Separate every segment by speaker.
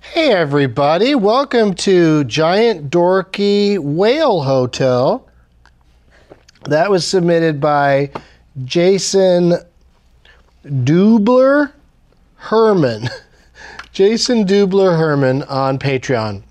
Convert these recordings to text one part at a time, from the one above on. Speaker 1: Hey, everybody. Welcome to Giant Dorky Whale Hotel. That was submitted by Jason Dubler Herman. Jason Dubler Herman on Patreon.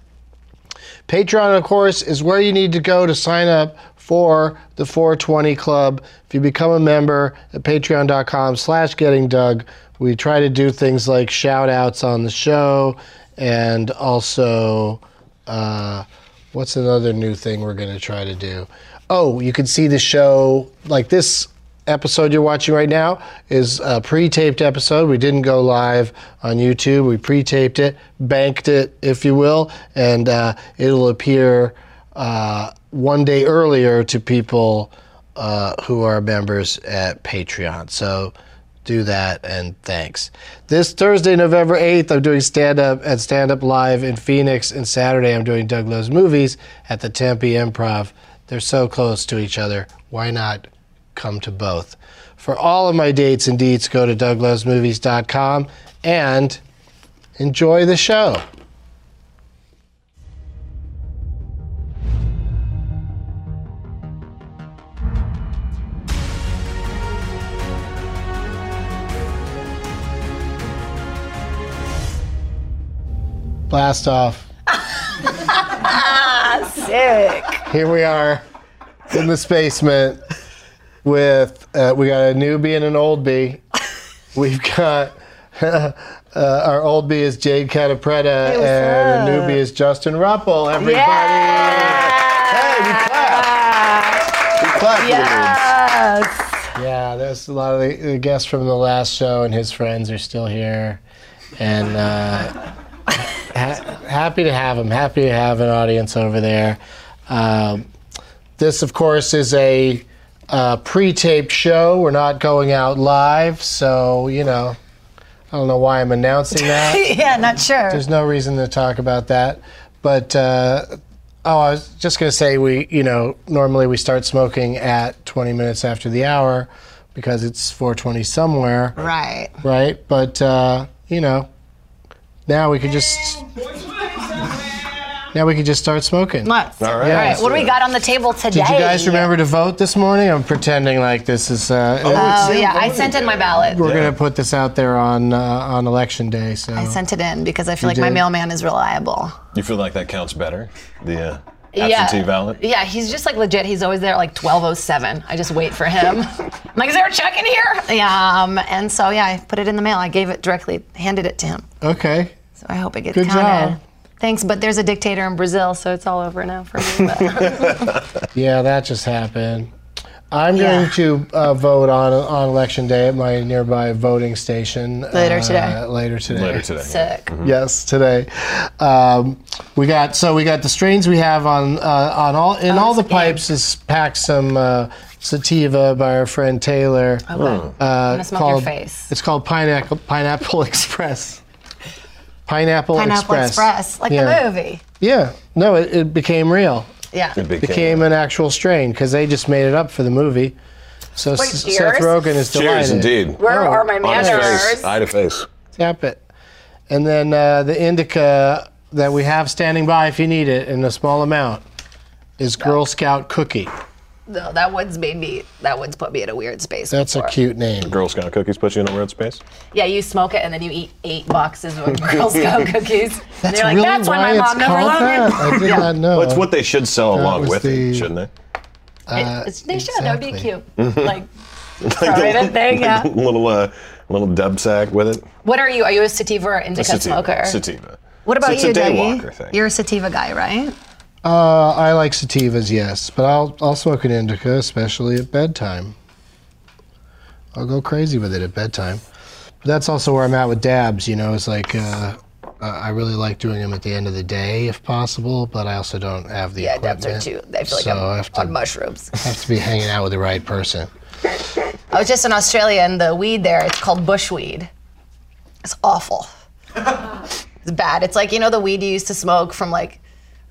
Speaker 1: Patreon, of course, is where you need to go to sign up for the 420 Club. If you become a member at patreon.com slash getting Doug, we try to do things like shout outs on the show and also uh, what's another new thing we're going to try to do? Oh, you can see the show like this episode you're watching right now is a pre-taped episode. We didn't go live on YouTube. We pre-taped it, banked it, if you will, and uh, it'll appear uh, one day earlier to people uh, who are members at Patreon. So do that and thanks. This Thursday, November 8th, I'm doing stand up at Stand Up Live in Phoenix, and Saturday, I'm doing Doug Lowe's Movies at the Tempe Improv. They're so close to each other. Why not come to both? For all of my dates and deets, go to douglovesmovies.com and enjoy the show. Blast off.
Speaker 2: Sick.
Speaker 1: Here we are in this basement with uh, we got a newbie and an old bee. We've got uh, our old bee is Jade Catapretta
Speaker 2: what's
Speaker 1: and our
Speaker 2: up?
Speaker 1: newbie is Justin Ruppel. Everybody, hey, we clap. We clap. Yeah.
Speaker 2: Yes.
Speaker 1: yeah, there's a lot of the, the guests from the last show and his friends are still here, and. Uh, ha- happy to have him. Happy to have an audience over there. Um, this, of course, is a uh, pre-taped show. We're not going out live, so you know, I don't know why I'm announcing that.
Speaker 2: yeah, not sure.
Speaker 1: There's no reason to talk about that. But uh, oh, I was just gonna say we, you know, normally we start smoking at 20 minutes after the hour because it's 4:20 somewhere,
Speaker 2: right.
Speaker 1: right? But uh, you know, now we could just now we could just start smoking.
Speaker 2: Let's. All
Speaker 3: right.
Speaker 2: All right.
Speaker 1: let's
Speaker 2: What do
Speaker 3: do
Speaker 2: we
Speaker 3: it.
Speaker 2: got on the table today?
Speaker 1: Did you guys remember to vote this morning? I'm pretending like this is. Uh,
Speaker 2: Oh yeah, I sent in my ballot.
Speaker 1: we're gonna put this out there on uh, on election day. So
Speaker 2: I sent it in because I feel like my
Speaker 1: did?
Speaker 2: mailman is reliable.
Speaker 3: You feel like that counts better? The uh, absentee ballot?
Speaker 2: Yeah, he's just like legit. He's always there at like 1207. I just wait for him. I'm like, is there a check in here? Yeah. Um, and so yeah, I put it in the mail. I gave it directly, handed it to him.
Speaker 1: okay,
Speaker 2: So I hope it gets
Speaker 1: Good
Speaker 2: counted.
Speaker 1: job.
Speaker 2: Thanks, but there's a dictator in Brazil, so it's all over now for me. But.
Speaker 1: yeah, that just happened. I'm
Speaker 2: Yeah.
Speaker 1: going to uh, vote on on election day at my nearby voting station
Speaker 2: Later
Speaker 1: uh,
Speaker 2: today.
Speaker 1: Later today.
Speaker 3: Later today. Mm-hmm.
Speaker 2: Sick.
Speaker 1: Yes, today. Um, we got so we got the strains we have on uh, on all
Speaker 2: Oh,
Speaker 1: in all the pipes is packed some uh, sativa by our friend Taylor.
Speaker 2: Okay.
Speaker 1: I'm
Speaker 2: gonna smoke your face.
Speaker 1: It's Uh, called Pineapple Pineapple Express. Pineapple,
Speaker 2: Pineapple Express, like
Speaker 1: Yeah.
Speaker 2: the movie.
Speaker 1: Yeah. No, it, it became real.
Speaker 2: Yeah.
Speaker 3: It became-
Speaker 1: Became an actual strain because they just made it up for the movie. So S- Seth
Speaker 2: cheers?
Speaker 1: Rogen is delighted.
Speaker 3: Cheers, indeed.
Speaker 2: Where
Speaker 1: Oh,
Speaker 2: are my
Speaker 3: On his face.
Speaker 2: manners?
Speaker 3: Eye to face.
Speaker 1: Tap it. And then uh, the indica that we have standing by if you need it in a small amount is Girl Scout Cookie.
Speaker 2: No, that one's made me. That one's put me in a weird space.
Speaker 1: That's a
Speaker 2: before.
Speaker 1: cute name.
Speaker 3: Girl Scout cookies put you in a weird space?
Speaker 2: Yeah, you smoke it and then you eat eight boxes of Girl Scout cookies. and
Speaker 1: That's
Speaker 2: you're like,
Speaker 1: really
Speaker 2: that's
Speaker 1: why
Speaker 2: why my
Speaker 1: it's
Speaker 2: mom never
Speaker 1: called
Speaker 2: loved
Speaker 1: that.
Speaker 2: me.
Speaker 1: I did not know.
Speaker 3: Well, it's what they should sell along
Speaker 1: Uh, was
Speaker 3: with
Speaker 1: the-
Speaker 3: it, shouldn't they?
Speaker 2: It's- they should. That would be
Speaker 1: Uh, exactly.
Speaker 2: cute. Like, prorated thing. Yeah.
Speaker 3: little, uh, little dub sack with it.
Speaker 2: What are you? Are you a sativa or indica smoker?
Speaker 3: Sativa.
Speaker 2: What about
Speaker 3: it's
Speaker 2: you,
Speaker 3: It's a day
Speaker 2: Dougie?
Speaker 3: walker thing.
Speaker 2: You're a sativa guy, right?
Speaker 1: Uh, I like sativas, yes, but I'll I'll smoke an indica, especially at bedtime. I'll go crazy with it at bedtime. But that's also where I'm at with dabs. You know, it's like uh, I I really like doing them at the end of the day if possible, but I also don't have the
Speaker 2: Yeah, dabs are
Speaker 1: equipment.
Speaker 2: too. I feel like
Speaker 1: so I
Speaker 2: I'm
Speaker 1: have to,
Speaker 2: on mushrooms.
Speaker 1: have to be hanging out with the right person.
Speaker 2: I was just in Australia and the weed there, it's called bushweed. It's awful. it's bad. It's like, you know, the weed you used to smoke from like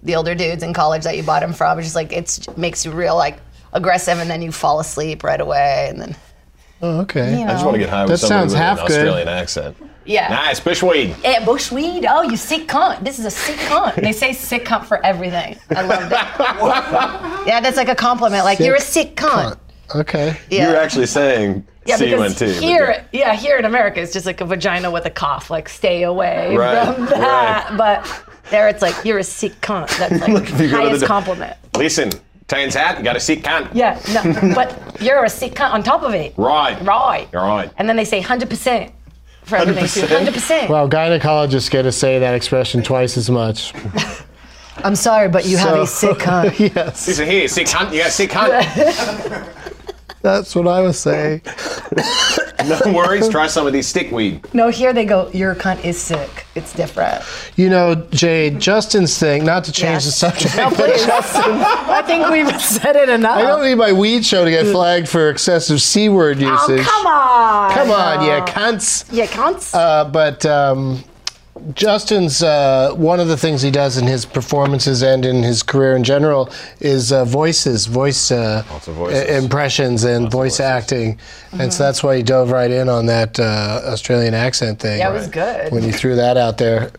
Speaker 2: the older dudes in college that you bought them from. It's just like, it makes you real like aggressive and then you fall asleep right away. And then,
Speaker 1: Oh, okay.
Speaker 2: you know.
Speaker 3: I just want to get high
Speaker 1: That
Speaker 3: with somebody
Speaker 1: sounds
Speaker 3: with
Speaker 1: half
Speaker 3: an
Speaker 1: good.
Speaker 3: Australian accent.
Speaker 2: Yeah.
Speaker 3: Nice bushweed.
Speaker 2: Eh, bushweed. Oh, you sick cunt. This is a sick cunt. They say sick cunt for everything. I love that. yeah, that's like a compliment. Like you're a sick cunt.
Speaker 1: Okay.
Speaker 2: Yeah.
Speaker 3: You're actually saying
Speaker 2: yeah, because
Speaker 3: C-U-N-T. but
Speaker 2: here, yeah, here in America, it's just like a vagina with a cough. Like stay away
Speaker 3: Right,
Speaker 2: from that. But there, it's like you're a sick cunt. That's like
Speaker 3: If you go to
Speaker 2: highest
Speaker 3: the-
Speaker 2: compliment.
Speaker 3: Listen, Tan's hat, you got to see cunt.
Speaker 2: Yeah, no, but you're a sick cunt on top of it.
Speaker 3: Right.
Speaker 2: Right.
Speaker 3: You're right.
Speaker 2: And then they say 100% for everything. 100%.
Speaker 3: 100%?
Speaker 2: 100%.
Speaker 1: Well, gynecologists get to say that expression twice as much.
Speaker 2: I'm sorry, but you have a
Speaker 1: So-
Speaker 2: sick cunt.
Speaker 1: yes,
Speaker 3: Listen here, see cunt, you got to see cunt.
Speaker 1: that's what I was saying.
Speaker 3: no worries, try some of these stickweed.
Speaker 2: No, here they go, your cunt is sick. It's different.
Speaker 1: You know, Jade, Justin's thing, not to change the
Speaker 2: Yes.
Speaker 1: subject.
Speaker 2: No, please. I think we've said it enough.
Speaker 1: I don't need my weed show to get flagged for excessive C word usage.
Speaker 2: Oh, come on.
Speaker 1: Come on, yeah, cunts.
Speaker 2: Yeah, cunts.
Speaker 1: Uh, but um, Justin's uh, one of the things he does in his performances and in his career in general is uh, voices, voice uh,
Speaker 3: Lots of voices.
Speaker 1: i- impressions, and voice
Speaker 3: voices.
Speaker 1: acting, and
Speaker 2: Mm-hmm.
Speaker 1: so that's why he dove right in on that uh, Australian accent thing.
Speaker 2: that was good.
Speaker 1: When he threw that out there,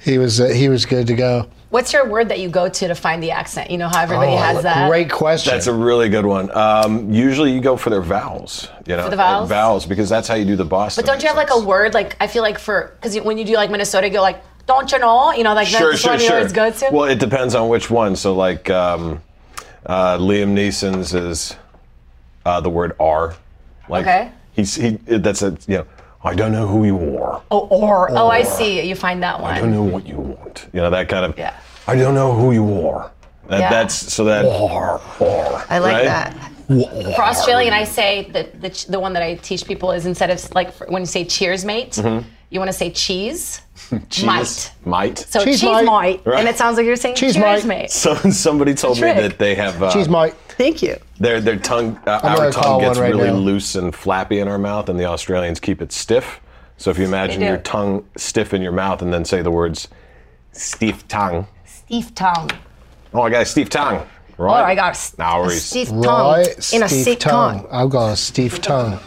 Speaker 1: he was uh, he was good to go.
Speaker 2: What's your word that you go to to find the accent? You know how everybody
Speaker 3: Oh,
Speaker 2: has that?
Speaker 1: Great question.
Speaker 3: That's a really good one. Um, usually you go for their vowels, you know, Uh,
Speaker 2: the vowels?
Speaker 3: because that's how you do the Boston.
Speaker 2: But don't you have like a word, like, I feel like for, because when you do like Minnesota, you go like, don't you know? You know, like
Speaker 3: Sure,
Speaker 2: that's
Speaker 3: sure,
Speaker 2: one you
Speaker 3: sure.
Speaker 2: always go to.
Speaker 3: Well, it depends on which one. So like um, uh, Liam Neeson's is uh, the word "are," like
Speaker 2: Okay.
Speaker 3: he's he. That's a you know. I don't know who you are.
Speaker 2: oh, or. Oh, I see. You find that
Speaker 3: I don't
Speaker 2: one.
Speaker 3: know what you want. You know that kind of.
Speaker 2: Yeah.
Speaker 3: I don't know who you are. That,
Speaker 2: Yeah.
Speaker 3: That's so that. Are, are,
Speaker 2: I like
Speaker 3: right?
Speaker 2: that. For Australian, I say that the, ch- the one that I teach people is instead of like for, when you say cheers, mate,
Speaker 3: Mm-hmm.
Speaker 2: you want to say cheese.
Speaker 3: Cheese,
Speaker 2: Might.
Speaker 3: Might.
Speaker 2: So
Speaker 1: Cheese
Speaker 2: cheese,
Speaker 1: mate.
Speaker 2: mite.
Speaker 3: Right.
Speaker 2: And it sounds like you're saying
Speaker 1: Cheese
Speaker 2: cheers, mate.
Speaker 1: mate.
Speaker 3: So, somebody told me
Speaker 2: Trick.
Speaker 3: that they have. Uh,
Speaker 1: She's my
Speaker 2: Thank you.
Speaker 3: Their their tongue, uh,
Speaker 1: I'm
Speaker 3: our
Speaker 1: gonna call
Speaker 3: tongue
Speaker 1: one
Speaker 3: gets
Speaker 1: right
Speaker 3: really
Speaker 1: now.
Speaker 3: loose and flappy in our mouth, and the Australians keep it stiff. So if you imagine
Speaker 2: do.
Speaker 3: your tongue stiff in your mouth, and then say the words "stiff tongue,"
Speaker 2: Steve Tongue.
Speaker 3: oh, I got a stiff tongue,
Speaker 2: Oh,
Speaker 3: right?
Speaker 2: I got a s-
Speaker 3: No
Speaker 2: a
Speaker 3: worries.
Speaker 2: stiff tongue
Speaker 1: Roy
Speaker 2: in a
Speaker 1: Steve
Speaker 2: sick
Speaker 1: tongue.
Speaker 2: tongue.
Speaker 1: I've got a stiff tongue.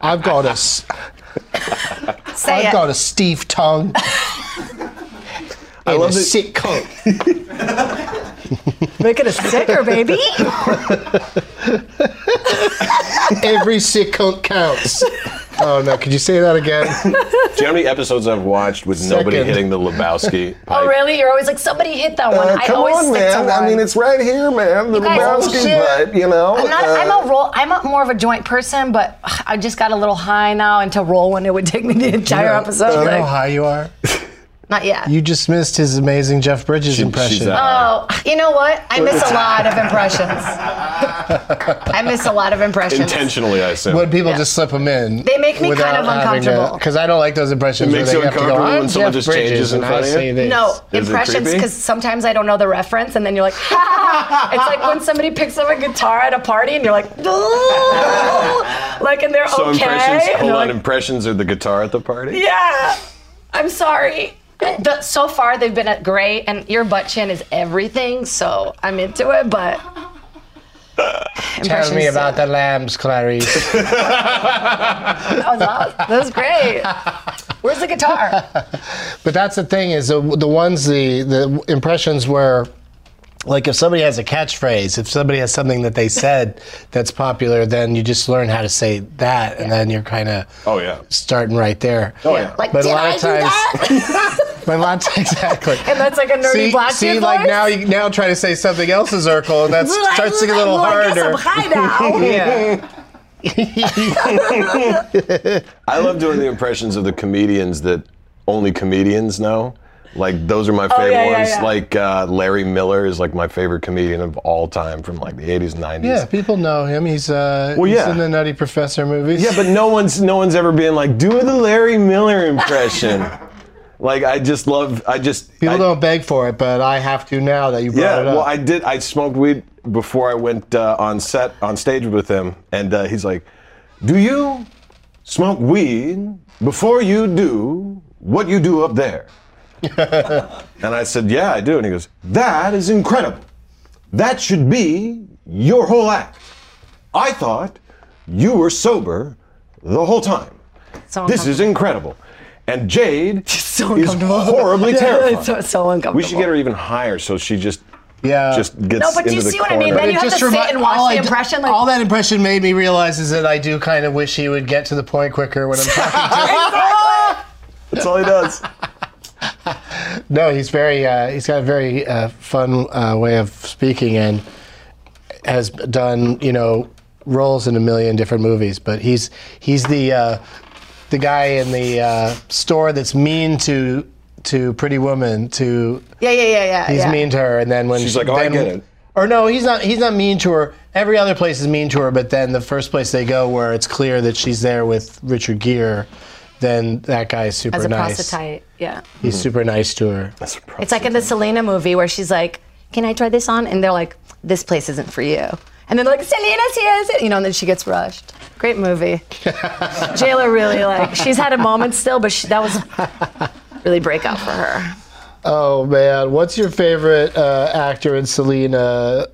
Speaker 1: I've got a s-
Speaker 2: Say
Speaker 1: I've
Speaker 2: it.
Speaker 1: got a stiff tongue. I
Speaker 3: love
Speaker 1: a
Speaker 3: that-
Speaker 1: sick coat.
Speaker 2: Make it a sticker, baby.
Speaker 1: Every sick coat counts. Oh no! Could you say that again?
Speaker 3: Do you know how many episodes I've watched with nobody
Speaker 1: Second.
Speaker 3: hitting the Lebowski?
Speaker 2: oh,
Speaker 3: pipe? Uh,
Speaker 2: really? You're always like, somebody hit
Speaker 1: Uh,
Speaker 2: that one. I always stick to one.
Speaker 3: right here, man. The
Speaker 2: guys- Lebowski
Speaker 1: shit.
Speaker 3: you know. Uh,
Speaker 2: I'm not.
Speaker 1: uh,
Speaker 2: I'm a roll. I'm a more of a joint person, but ugh, I just got a little high now, and to roll one, it would take me the entire episode.
Speaker 1: Do you know
Speaker 2: Like,
Speaker 1: how you are?
Speaker 2: not yet.
Speaker 1: You just missed his amazing Jeff Bridges impression.
Speaker 2: Oh, you know what? I miss a lot of impressions. I miss a lot of impressions.
Speaker 3: intentionally, I assume.
Speaker 1: when people
Speaker 2: Yeah.
Speaker 1: just slip them in,
Speaker 2: They make me kind of uncomfortable.
Speaker 1: Because I don't like those impressions.
Speaker 3: It
Speaker 1: where
Speaker 3: makes
Speaker 1: they
Speaker 3: you
Speaker 1: have to go,
Speaker 3: uncomfortable when
Speaker 1: "I'm
Speaker 3: someone
Speaker 1: Jeff
Speaker 3: just changes
Speaker 1: Bridges
Speaker 3: in
Speaker 1: and
Speaker 3: front
Speaker 1: I
Speaker 3: of you?
Speaker 1: say this."
Speaker 2: No,
Speaker 3: Is it
Speaker 2: impressions,
Speaker 3: creepy?
Speaker 2: because sometimes I don't know the reference, and then you're like, it's like when somebody picks up a guitar at a party, and you're like, "Ooh," like, and they're
Speaker 3: so
Speaker 2: okay.
Speaker 3: impressions.
Speaker 2: and
Speaker 3: Hold
Speaker 2: they're
Speaker 3: on,
Speaker 2: like,
Speaker 3: impressions are the guitar at the party.
Speaker 2: yeah, I'm sorry. The- so far, they've been at great, and your butt chin is everything, so I'm into it, but.
Speaker 1: Tell me
Speaker 2: impressions,
Speaker 1: about the lambs, Clarice.
Speaker 2: That was awesome. Oh, That was great. Where's the guitar?
Speaker 1: But that's the thing is the, the ones the the impressions where like if somebody has a catchphrase, if somebody has something that they said that's popular, then you just learn how to say that, and then you're kind of
Speaker 3: Oh yeah.
Speaker 1: starting right there.
Speaker 3: Oh yeah.
Speaker 2: Like,
Speaker 1: But a
Speaker 2: did
Speaker 1: lot
Speaker 2: I
Speaker 1: of times-
Speaker 2: do that?
Speaker 1: But a lot of- exactly.
Speaker 2: and that's like a nerdy
Speaker 1: See,
Speaker 2: black
Speaker 1: see
Speaker 2: kid
Speaker 1: like
Speaker 2: voice?
Speaker 1: now you now try to say something else's Urkel, and that
Speaker 2: Like,
Speaker 1: starts to get a little
Speaker 2: well, I guess
Speaker 1: harder.
Speaker 2: I'm high now.
Speaker 1: Yeah.
Speaker 3: I love doing the impressions of the comedians that only comedians know. Like those are my favorite
Speaker 2: Oh, yeah, yeah,
Speaker 3: ones.
Speaker 2: yeah.
Speaker 3: Like uh, Larry Miller is like my favorite comedian of all time from like the 80s, 90s.
Speaker 1: Yeah, people know him. He's uh,
Speaker 3: Well,
Speaker 1: he's
Speaker 3: yeah.
Speaker 1: in the Nutty Professor movies.
Speaker 3: Yeah, but no one's no one's ever been like do the Larry Miller impression. like I just love I just
Speaker 1: people
Speaker 3: I-
Speaker 1: don't beg for it, but I have to now that you brought
Speaker 3: Yeah,
Speaker 1: it up.
Speaker 3: well, I did. I smoked weed before I went uh, on set on stage with him, and uh, he's like, "Do you smoke weed before you do what you do up there?" and I said, "Yeah, I do." And he goes, "That is incredible. That should be your whole act." I thought You were sober the whole time.
Speaker 2: So
Speaker 3: This is incredible. And Jade
Speaker 2: so
Speaker 3: is
Speaker 2: uncomfortable.
Speaker 3: horribly terrified.
Speaker 2: so, so uncomfortable.
Speaker 3: we should get her even higher so she just
Speaker 1: Yeah.
Speaker 3: just gets
Speaker 2: No, but do
Speaker 3: into
Speaker 2: you
Speaker 3: the
Speaker 2: see what I
Speaker 3: corner.
Speaker 2: mean? Then you have to
Speaker 1: remi-
Speaker 2: sit and watch
Speaker 1: all I
Speaker 2: the
Speaker 1: d-
Speaker 2: impression. Like,
Speaker 1: all that impression made me realize is that I do kind of wish he would get to the point quicker when I'm talking.
Speaker 3: That's all he does.
Speaker 1: no, he's very uh, he's got a very uh, fun uh, way of speaking and has done you know roles in a million different movies. But he's he's the uh, the guy in the uh, store that's mean to to Pretty Woman to
Speaker 4: Yeah, yeah, yeah, yeah.
Speaker 1: He's
Speaker 4: yeah.
Speaker 1: mean to her, and then when
Speaker 3: She's
Speaker 1: she-
Speaker 3: like, "Oh, I
Speaker 1: then-
Speaker 3: get it."
Speaker 1: Or no, he's not. He's not mean to her. Every other place is mean to her, but then the first place they go, where it's clear that she's there with Richard Gere, then that guy is super
Speaker 2: as a
Speaker 1: nice.
Speaker 2: prostitute. Yeah.
Speaker 1: He's super nice to her.
Speaker 3: That's a
Speaker 2: It's like in the Selena movie where she's like, "Can I try this on?" And they're like, "This place isn't for you." And then they're like, "Selena's here," you know, and then she gets rushed. Great movie. Jayla really like. She's had a moment still, but she, that was really breakout for her.
Speaker 1: Oh man, what's your favorite uh, actor in Selena?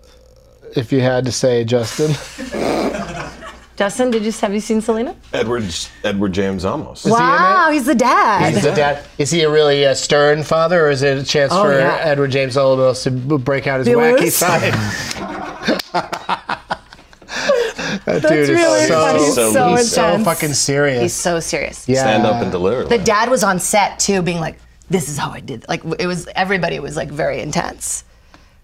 Speaker 1: If you had to say, Justin, is
Speaker 2: Justin, did you have you seen Selena?
Speaker 3: Edward Edward James Almost.
Speaker 1: he in
Speaker 2: Wow,
Speaker 1: it?
Speaker 2: he's the dad.
Speaker 1: Is, it that, is he a really uh, stern father, or is it a chance
Speaker 2: Oh,
Speaker 1: for
Speaker 2: yeah.
Speaker 1: Edward James Olmos to b- break out his
Speaker 2: Be
Speaker 1: wacky
Speaker 2: loose?
Speaker 1: side? that dude
Speaker 2: really
Speaker 1: is so,
Speaker 2: funny.
Speaker 1: he's
Speaker 3: So
Speaker 1: so,
Speaker 3: loose.
Speaker 2: intense.
Speaker 1: fucking serious.
Speaker 2: He's so serious.
Speaker 1: yeah.
Speaker 3: Stand up and deliver.
Speaker 4: The dad was on set too, being like, "This is how I did." Like it was everybody was like very intense.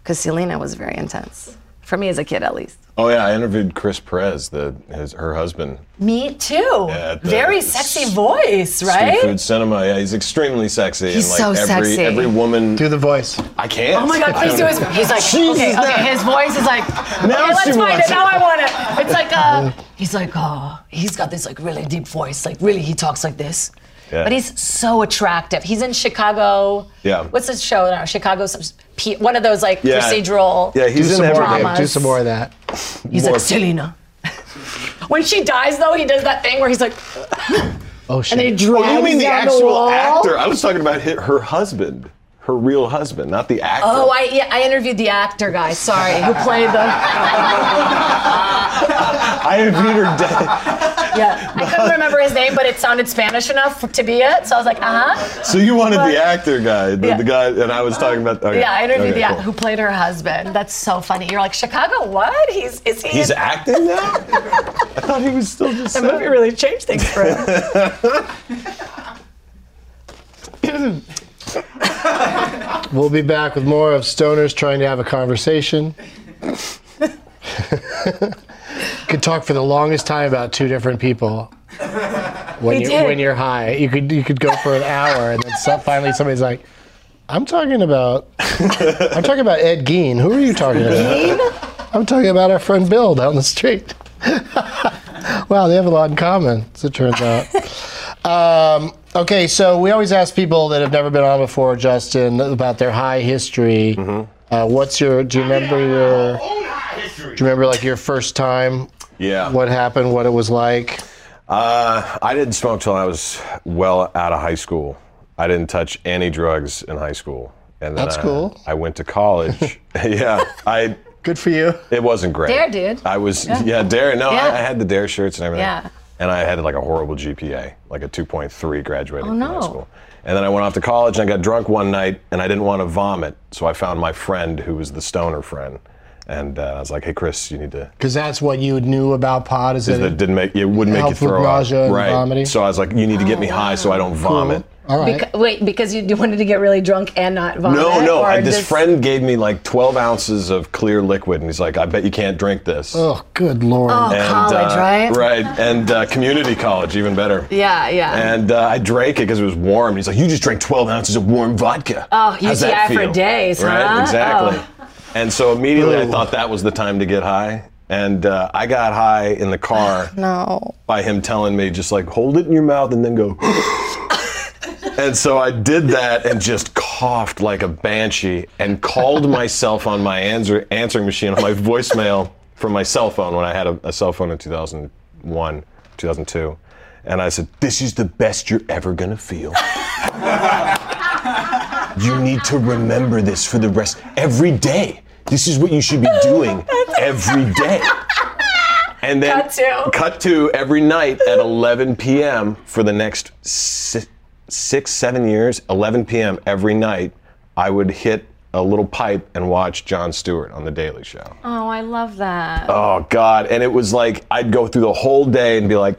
Speaker 2: Because Selena was very intense. For me as a kid, at least.
Speaker 3: Oh yeah, I interviewed Chris Perez, the his her husband.
Speaker 4: Me too.
Speaker 3: at the
Speaker 4: very sexy voice, right?
Speaker 3: Street food cinema. Yeah, he's extremely sexy.
Speaker 2: He's
Speaker 3: and like
Speaker 2: so
Speaker 3: every
Speaker 2: sexy.
Speaker 3: every woman
Speaker 1: Do the voice.
Speaker 3: I can't.
Speaker 2: Oh my God, please do his. He's like, okay, okay. His voice is like, okay,
Speaker 3: she
Speaker 2: let's find
Speaker 3: wants
Speaker 2: it.
Speaker 3: it.
Speaker 2: Now I want it. It's like, uh,
Speaker 4: He's like, oh, he's got this like really deep voice. Like really, he talks like this.
Speaker 3: Yeah.
Speaker 4: But he's so attractive. He's in Chicago.
Speaker 3: Yeah.
Speaker 4: What's the show now? Chicago, some, P- one of those like
Speaker 3: Yeah.
Speaker 4: procedural.
Speaker 3: Yeah, he's
Speaker 1: Do
Speaker 3: in
Speaker 1: some, more,
Speaker 3: everything.
Speaker 1: of- do some more of that.
Speaker 4: He's
Speaker 3: more-
Speaker 4: like Selena. when she dies, though, he does that thing where he's like,
Speaker 1: Oh shit.
Speaker 4: and they drag.
Speaker 3: You mean the
Speaker 4: down
Speaker 3: actual
Speaker 4: wall.
Speaker 3: actor? I was talking about hi- her husband, her real husband, not the actor.
Speaker 4: Oh, I yeah, I interviewed the actor guy. Sorry, who played the?
Speaker 3: I interviewed her dad.
Speaker 4: Yeah, I couldn't remember his name, but it sounded Spanish enough to be it. So I was like, uh huh.
Speaker 3: So you wanted the actor guy, the,
Speaker 4: Yeah.
Speaker 3: the guy, and I was talking about. Okay.
Speaker 4: Yeah, I interviewed
Speaker 3: okay,
Speaker 4: the
Speaker 3: cool.
Speaker 4: who played her husband. That's so funny. You're like Chicago. What? He's is he?
Speaker 3: He's
Speaker 4: in-
Speaker 3: acting now. I thought he was still just.
Speaker 4: that movie really changed things for him.
Speaker 1: We'll be back with more of stoners trying to have a conversation. could talk for the longest time about two different people. When
Speaker 2: We
Speaker 1: you
Speaker 2: did.
Speaker 1: when you're high, you could you could go for an hour, and then some, finally somebody's like, "I'm talking about I'm talking about Ed Gein. Who are you talking about? I'm talking about our friend Bill down the street. wow, they have a lot in common, as it turns out. Um, okay, so we always ask people that have never been on before, Justin, about their high history. Uh, what's your? Do you remember your? Do you remember like your first time?
Speaker 3: Yeah.
Speaker 1: What happened? What it was like?
Speaker 3: Uh, I didn't smoke till I was well out of high school. I didn't touch any drugs in high school, and then
Speaker 1: That's
Speaker 3: I,
Speaker 1: cool.
Speaker 3: I went to college. yeah, I.
Speaker 1: Good for you.
Speaker 3: It wasn't great.
Speaker 2: Dare, dude.
Speaker 3: I was yeah, dare. No,
Speaker 2: Yeah.
Speaker 3: I, I had the dare shirts and everything.
Speaker 2: Yeah.
Speaker 3: And I had like a horrible GPA, like a 2.3 graduating from
Speaker 2: Oh, no.
Speaker 3: high school. And then I went off to college and I got drunk one night and I didn't want to vomit, so I found my friend who was the stoner friend, and uh, I was like, "Hey, Chris, you need to
Speaker 1: Because that's what you knew about pot is that
Speaker 3: that
Speaker 1: it,
Speaker 3: didn't make it wouldn't make you
Speaker 1: helped with
Speaker 3: throw
Speaker 1: nausea
Speaker 3: up.
Speaker 1: and
Speaker 3: right.
Speaker 1: vomiting?
Speaker 3: So I was like, you need to get
Speaker 2: Ah,
Speaker 3: me high so I don't vomit.
Speaker 1: all right.
Speaker 2: wait, because you wanted to get really drunk and not vomit?
Speaker 3: No, no.
Speaker 2: or
Speaker 3: I, this
Speaker 2: just-
Speaker 3: friend gave me like 12 ounces of clear liquid, and he's like, "I bet you can't drink this."
Speaker 1: oh, good lord.
Speaker 3: and,
Speaker 2: college,
Speaker 3: uh,
Speaker 2: right?
Speaker 3: Right, and uh, community college, even better.
Speaker 2: Yeah, yeah.
Speaker 3: And uh, I drank it because it was warm. And he's like, "You just drank 12 ounces of warm vodka."
Speaker 2: Oh,
Speaker 3: How's
Speaker 2: UTI
Speaker 3: that
Speaker 2: for
Speaker 3: feel?"
Speaker 2: days, huh? Oh.
Speaker 3: Right, exactly. And so immediately I
Speaker 1: Ooh.
Speaker 3: thought that was the time to get high, and uh, I got high in the car.
Speaker 2: no.
Speaker 3: by him telling me just like hold it in your mouth and then go and so i did that and just coughed like a banshee and called myself on my answer, answering machine on my voicemail from my cell phone when i had a, a cell phone in 2001 2002 and i said this is the best you're ever going to feel you need to remember this for the rest every day this is what you should be doing every day And then
Speaker 2: Cut to.
Speaker 3: cut to every night at 11 p.m. for the next si- six, seven years, 11 p.m. every night, I would hit a little pipe and watch Jon Stewart on The Daily Show.
Speaker 2: Oh, I love that.
Speaker 3: Oh, God. And it was like, I'd go through the whole day and be like,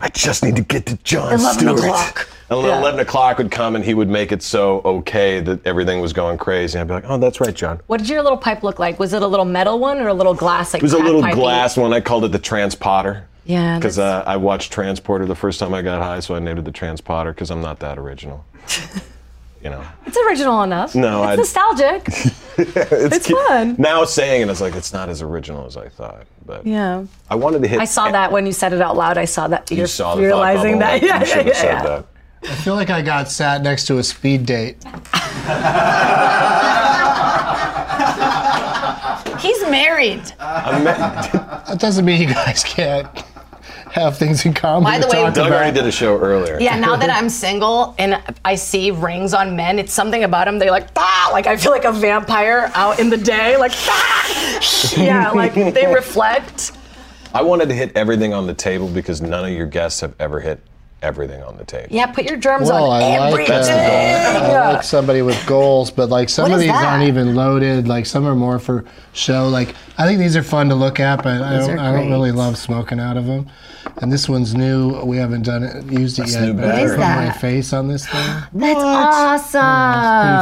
Speaker 3: I just need to get to Jon
Speaker 2: 11
Speaker 3: Stewart.
Speaker 2: o'clock.
Speaker 3: And then 11 o'clock would come and he would make it so okay that everything was going crazy. I'd be like, oh, that's right, John.
Speaker 2: What did your little pipe look like? Was it a little metal one or a little glass? Like
Speaker 3: It was a
Speaker 2: crack
Speaker 3: little
Speaker 2: pipey?
Speaker 3: glass one. I called it the Transpotter.
Speaker 2: Yeah,
Speaker 3: Because
Speaker 2: that's-
Speaker 3: uh, I watched Transporter the first time I got high, so I named it the Transpotter because I'm not that original. you know,
Speaker 2: It's original enough.
Speaker 3: No,
Speaker 2: it's
Speaker 3: I'd-
Speaker 2: nostalgic.
Speaker 3: it's,
Speaker 2: It's fun.
Speaker 3: Now saying it, it's like it's not as original as I thought. But
Speaker 2: yeah.
Speaker 3: I wanted to hit.
Speaker 2: I saw that when you said it out loud. I saw that.
Speaker 3: You saw the thought
Speaker 2: realizing
Speaker 3: bubble,
Speaker 2: that.
Speaker 3: like,
Speaker 2: Yeah,
Speaker 3: you should
Speaker 2: yeah,
Speaker 3: have said
Speaker 2: yeah.
Speaker 3: that.
Speaker 1: I feel like I got sat next to a speed date.
Speaker 4: He's married.
Speaker 3: I met,
Speaker 1: That doesn't mean you guys can't have things in common.
Speaker 4: By the
Speaker 1: to
Speaker 4: way,
Speaker 1: talk
Speaker 3: Doug
Speaker 1: about.
Speaker 3: already did a show earlier.
Speaker 4: Yeah, now that I'm single and I see rings on men, it's something about them. They're like, ah, like I feel like a vampire out in the day, like, ah! yeah, like they reflect.
Speaker 3: I wanted to hit everything on the table because none of your guests have ever hit everything on the table.
Speaker 2: Yeah, put your germs
Speaker 1: Well,
Speaker 2: on
Speaker 1: I like
Speaker 2: everything.
Speaker 1: that. I like somebody with goals, but like some
Speaker 4: What
Speaker 1: of
Speaker 4: is
Speaker 1: these
Speaker 4: that?
Speaker 1: aren't even loaded. Like some are more for show. Like I think these are fun to look at, but I don't,
Speaker 2: are
Speaker 1: I don't really
Speaker 2: great.
Speaker 1: love smoking out of them. And this one's new. We haven't done it, used it
Speaker 3: That's
Speaker 1: yet.
Speaker 3: new
Speaker 1: but I put
Speaker 3: battery.
Speaker 2: What is
Speaker 1: my
Speaker 2: that?
Speaker 1: face on this thing.
Speaker 2: That's awesome.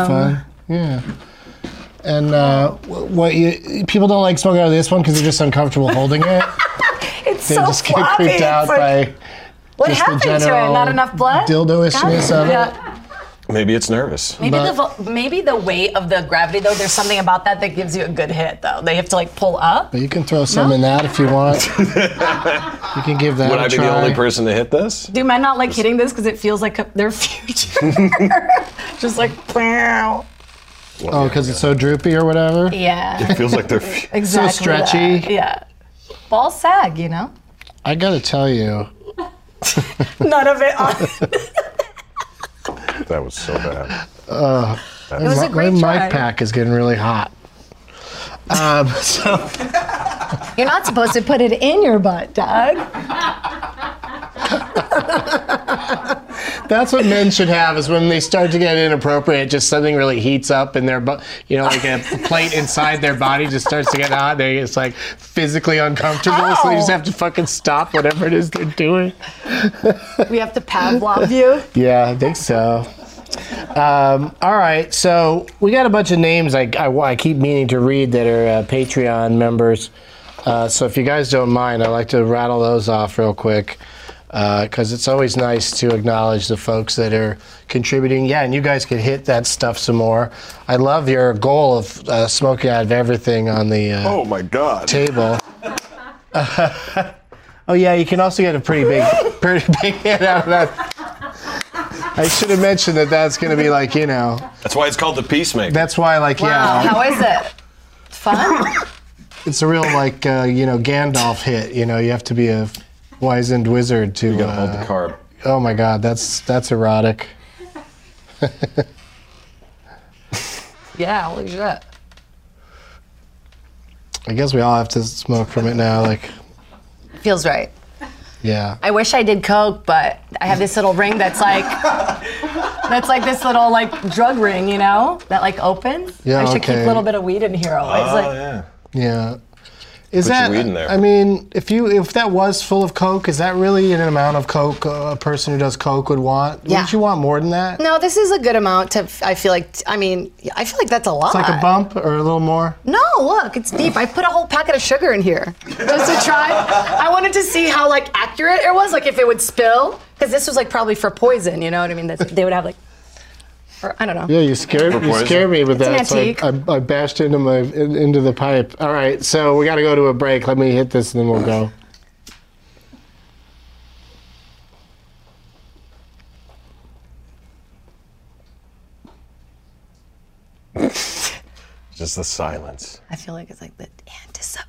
Speaker 1: fun. Yeah. And uh, wh- what you people don't like smoking out of this one because they're just uncomfortable holding it.
Speaker 2: It's
Speaker 1: They
Speaker 2: so
Speaker 1: just get
Speaker 2: floppy.
Speaker 1: creeped out
Speaker 2: it's like,
Speaker 1: by
Speaker 2: what
Speaker 1: just the
Speaker 2: happened to it?
Speaker 1: general
Speaker 2: Not enough blood?
Speaker 1: dildoishness
Speaker 2: God.
Speaker 1: of it.
Speaker 2: Yeah.
Speaker 3: Maybe it's nervous.
Speaker 4: Maybe
Speaker 1: But-
Speaker 4: the vo- maybe the weight of the gravity though. There's something about that that gives you a good hit though. They have to like pull up.
Speaker 1: But you can throw some in that if you want. you can give that
Speaker 3: Would
Speaker 1: a
Speaker 3: I be
Speaker 1: try.
Speaker 3: the only person to hit this?
Speaker 2: Do men not like hitting this because it feels like a, their future? Just like, wow.
Speaker 1: Oh, because it's so droopy or whatever.
Speaker 4: Yeah,
Speaker 3: feels like they're.
Speaker 4: exactly.
Speaker 1: stretchy.
Speaker 4: that. Yeah, ball sag. You know.
Speaker 1: I gotta tell you,
Speaker 2: None of it. On.
Speaker 3: That was so bad.
Speaker 2: was a
Speaker 1: my, my
Speaker 2: great try.
Speaker 1: mic pack is getting really hot. Um, so
Speaker 2: You're not supposed to put it in your butt, Doug.
Speaker 1: that's what men should have is when they start to get inappropriate, just something really heats up in their, bu- you know, like a plate inside their body just starts to get hot. They it's like physically uncomfortable, so they
Speaker 2: Ow.
Speaker 1: just have to fucking stop whatever it is they're doing.
Speaker 2: We have to Pavlov you.
Speaker 1: Yeah, I think so. Um, all right, so we got a bunch of names I, I, I keep meaning to read that are uh, Patreon members. Uh, so if you guys don't mind, I'd like to rattle those off real quick because it's always nice to acknowledge the folks that are contributing. Yeah, and you guys could hit that stuff some more. I love your goal of uh, smoking out of everything on the uh,
Speaker 3: Oh my God.
Speaker 1: table. oh yeah, you can also get a pretty big, pretty big hit out of that. I should have mentioned that. That's gonna be like you know.
Speaker 3: That's why it's called the Peacemaker.
Speaker 1: That's why like
Speaker 4: Wow,
Speaker 1: yeah,
Speaker 4: how is it? Fun.
Speaker 1: it's a real like uh, you know Gandalf hit. You know you have to be a wizened wizard to.
Speaker 3: you gotta hold
Speaker 1: uh,
Speaker 3: the carb.
Speaker 1: oh my God, that's that's erotic.
Speaker 4: yeah, holy shit.
Speaker 1: I guess we all have to smoke from it now. Like
Speaker 4: Feels right.
Speaker 1: yeah.
Speaker 4: I wish I did coke, but I have this little ring that's like that's like this little like drug ring, you know, that like opens.
Speaker 1: Yeah,
Speaker 4: I should keep
Speaker 1: okay.
Speaker 4: a little bit of weed in here always. like,
Speaker 3: Oh, yeah.
Speaker 1: Yeah. Is
Speaker 3: Put your
Speaker 1: that?
Speaker 3: weed in there.
Speaker 1: I mean, if you if that was full of coke, is that really an amount of coke uh, a person who does coke would want?
Speaker 4: Yeah.
Speaker 1: Wouldn't you want more than that?
Speaker 4: No, this is a good amount to. I feel like. I mean, I feel like that's a lot.
Speaker 1: It's like a bump or a little more.
Speaker 4: No, look, it's deep. I put a whole packet of sugar in here just to try. I wanted to see how like accurate it was, like if it would spill, because this was like probably for poison. You know what I mean? That's, they would have like, or, I don't know.
Speaker 1: Yeah, you scared you
Speaker 3: poison.
Speaker 1: scared me with
Speaker 4: an
Speaker 1: that. It's like I, I bashed into my in- into the pipe. All right, so we got to go to a break. Let me hit this, and then we'll go.
Speaker 3: Just the silence.
Speaker 4: I feel like it's like the anticipation.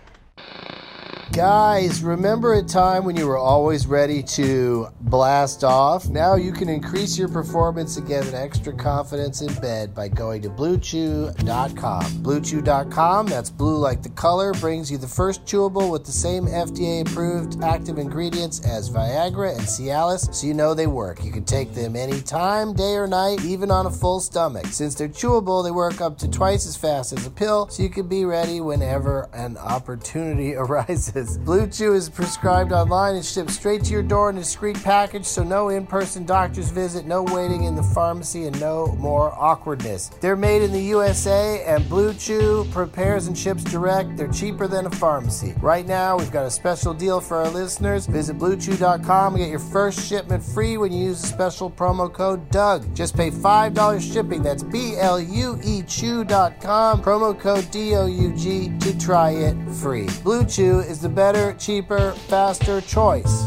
Speaker 1: Guys, remember a time when you were always ready to blast off? Now you can increase your performance and get an extra confidence in bed by going to BlueChew.com. BlueChew.com, that's blue like the color, brings you the first chewable with the same FDA approved active ingredients as Viagra and Cialis, so you know they work. You can take them anytime, day or night, even on a full stomach. Since they're chewable, they work up to twice as fast as a pill, so you can be ready whenever an opportunity arises. Blue Chew is prescribed online and shipped straight to your door in a discreet package, so no in person doctor's visit, no waiting in the pharmacy, and no more awkwardness. They're made in the USA, and Blue Chew prepares and ships direct. They're cheaper than a pharmacy. Right now, we've got a special deal for our listeners. Visit BlueChew.com and get your first shipment free when you use the special promo code DUG. Just pay $5 shipping. That's B L U E Chew.com, promo code D O U G to try it free. Blue Chew is the better, cheaper, faster choice.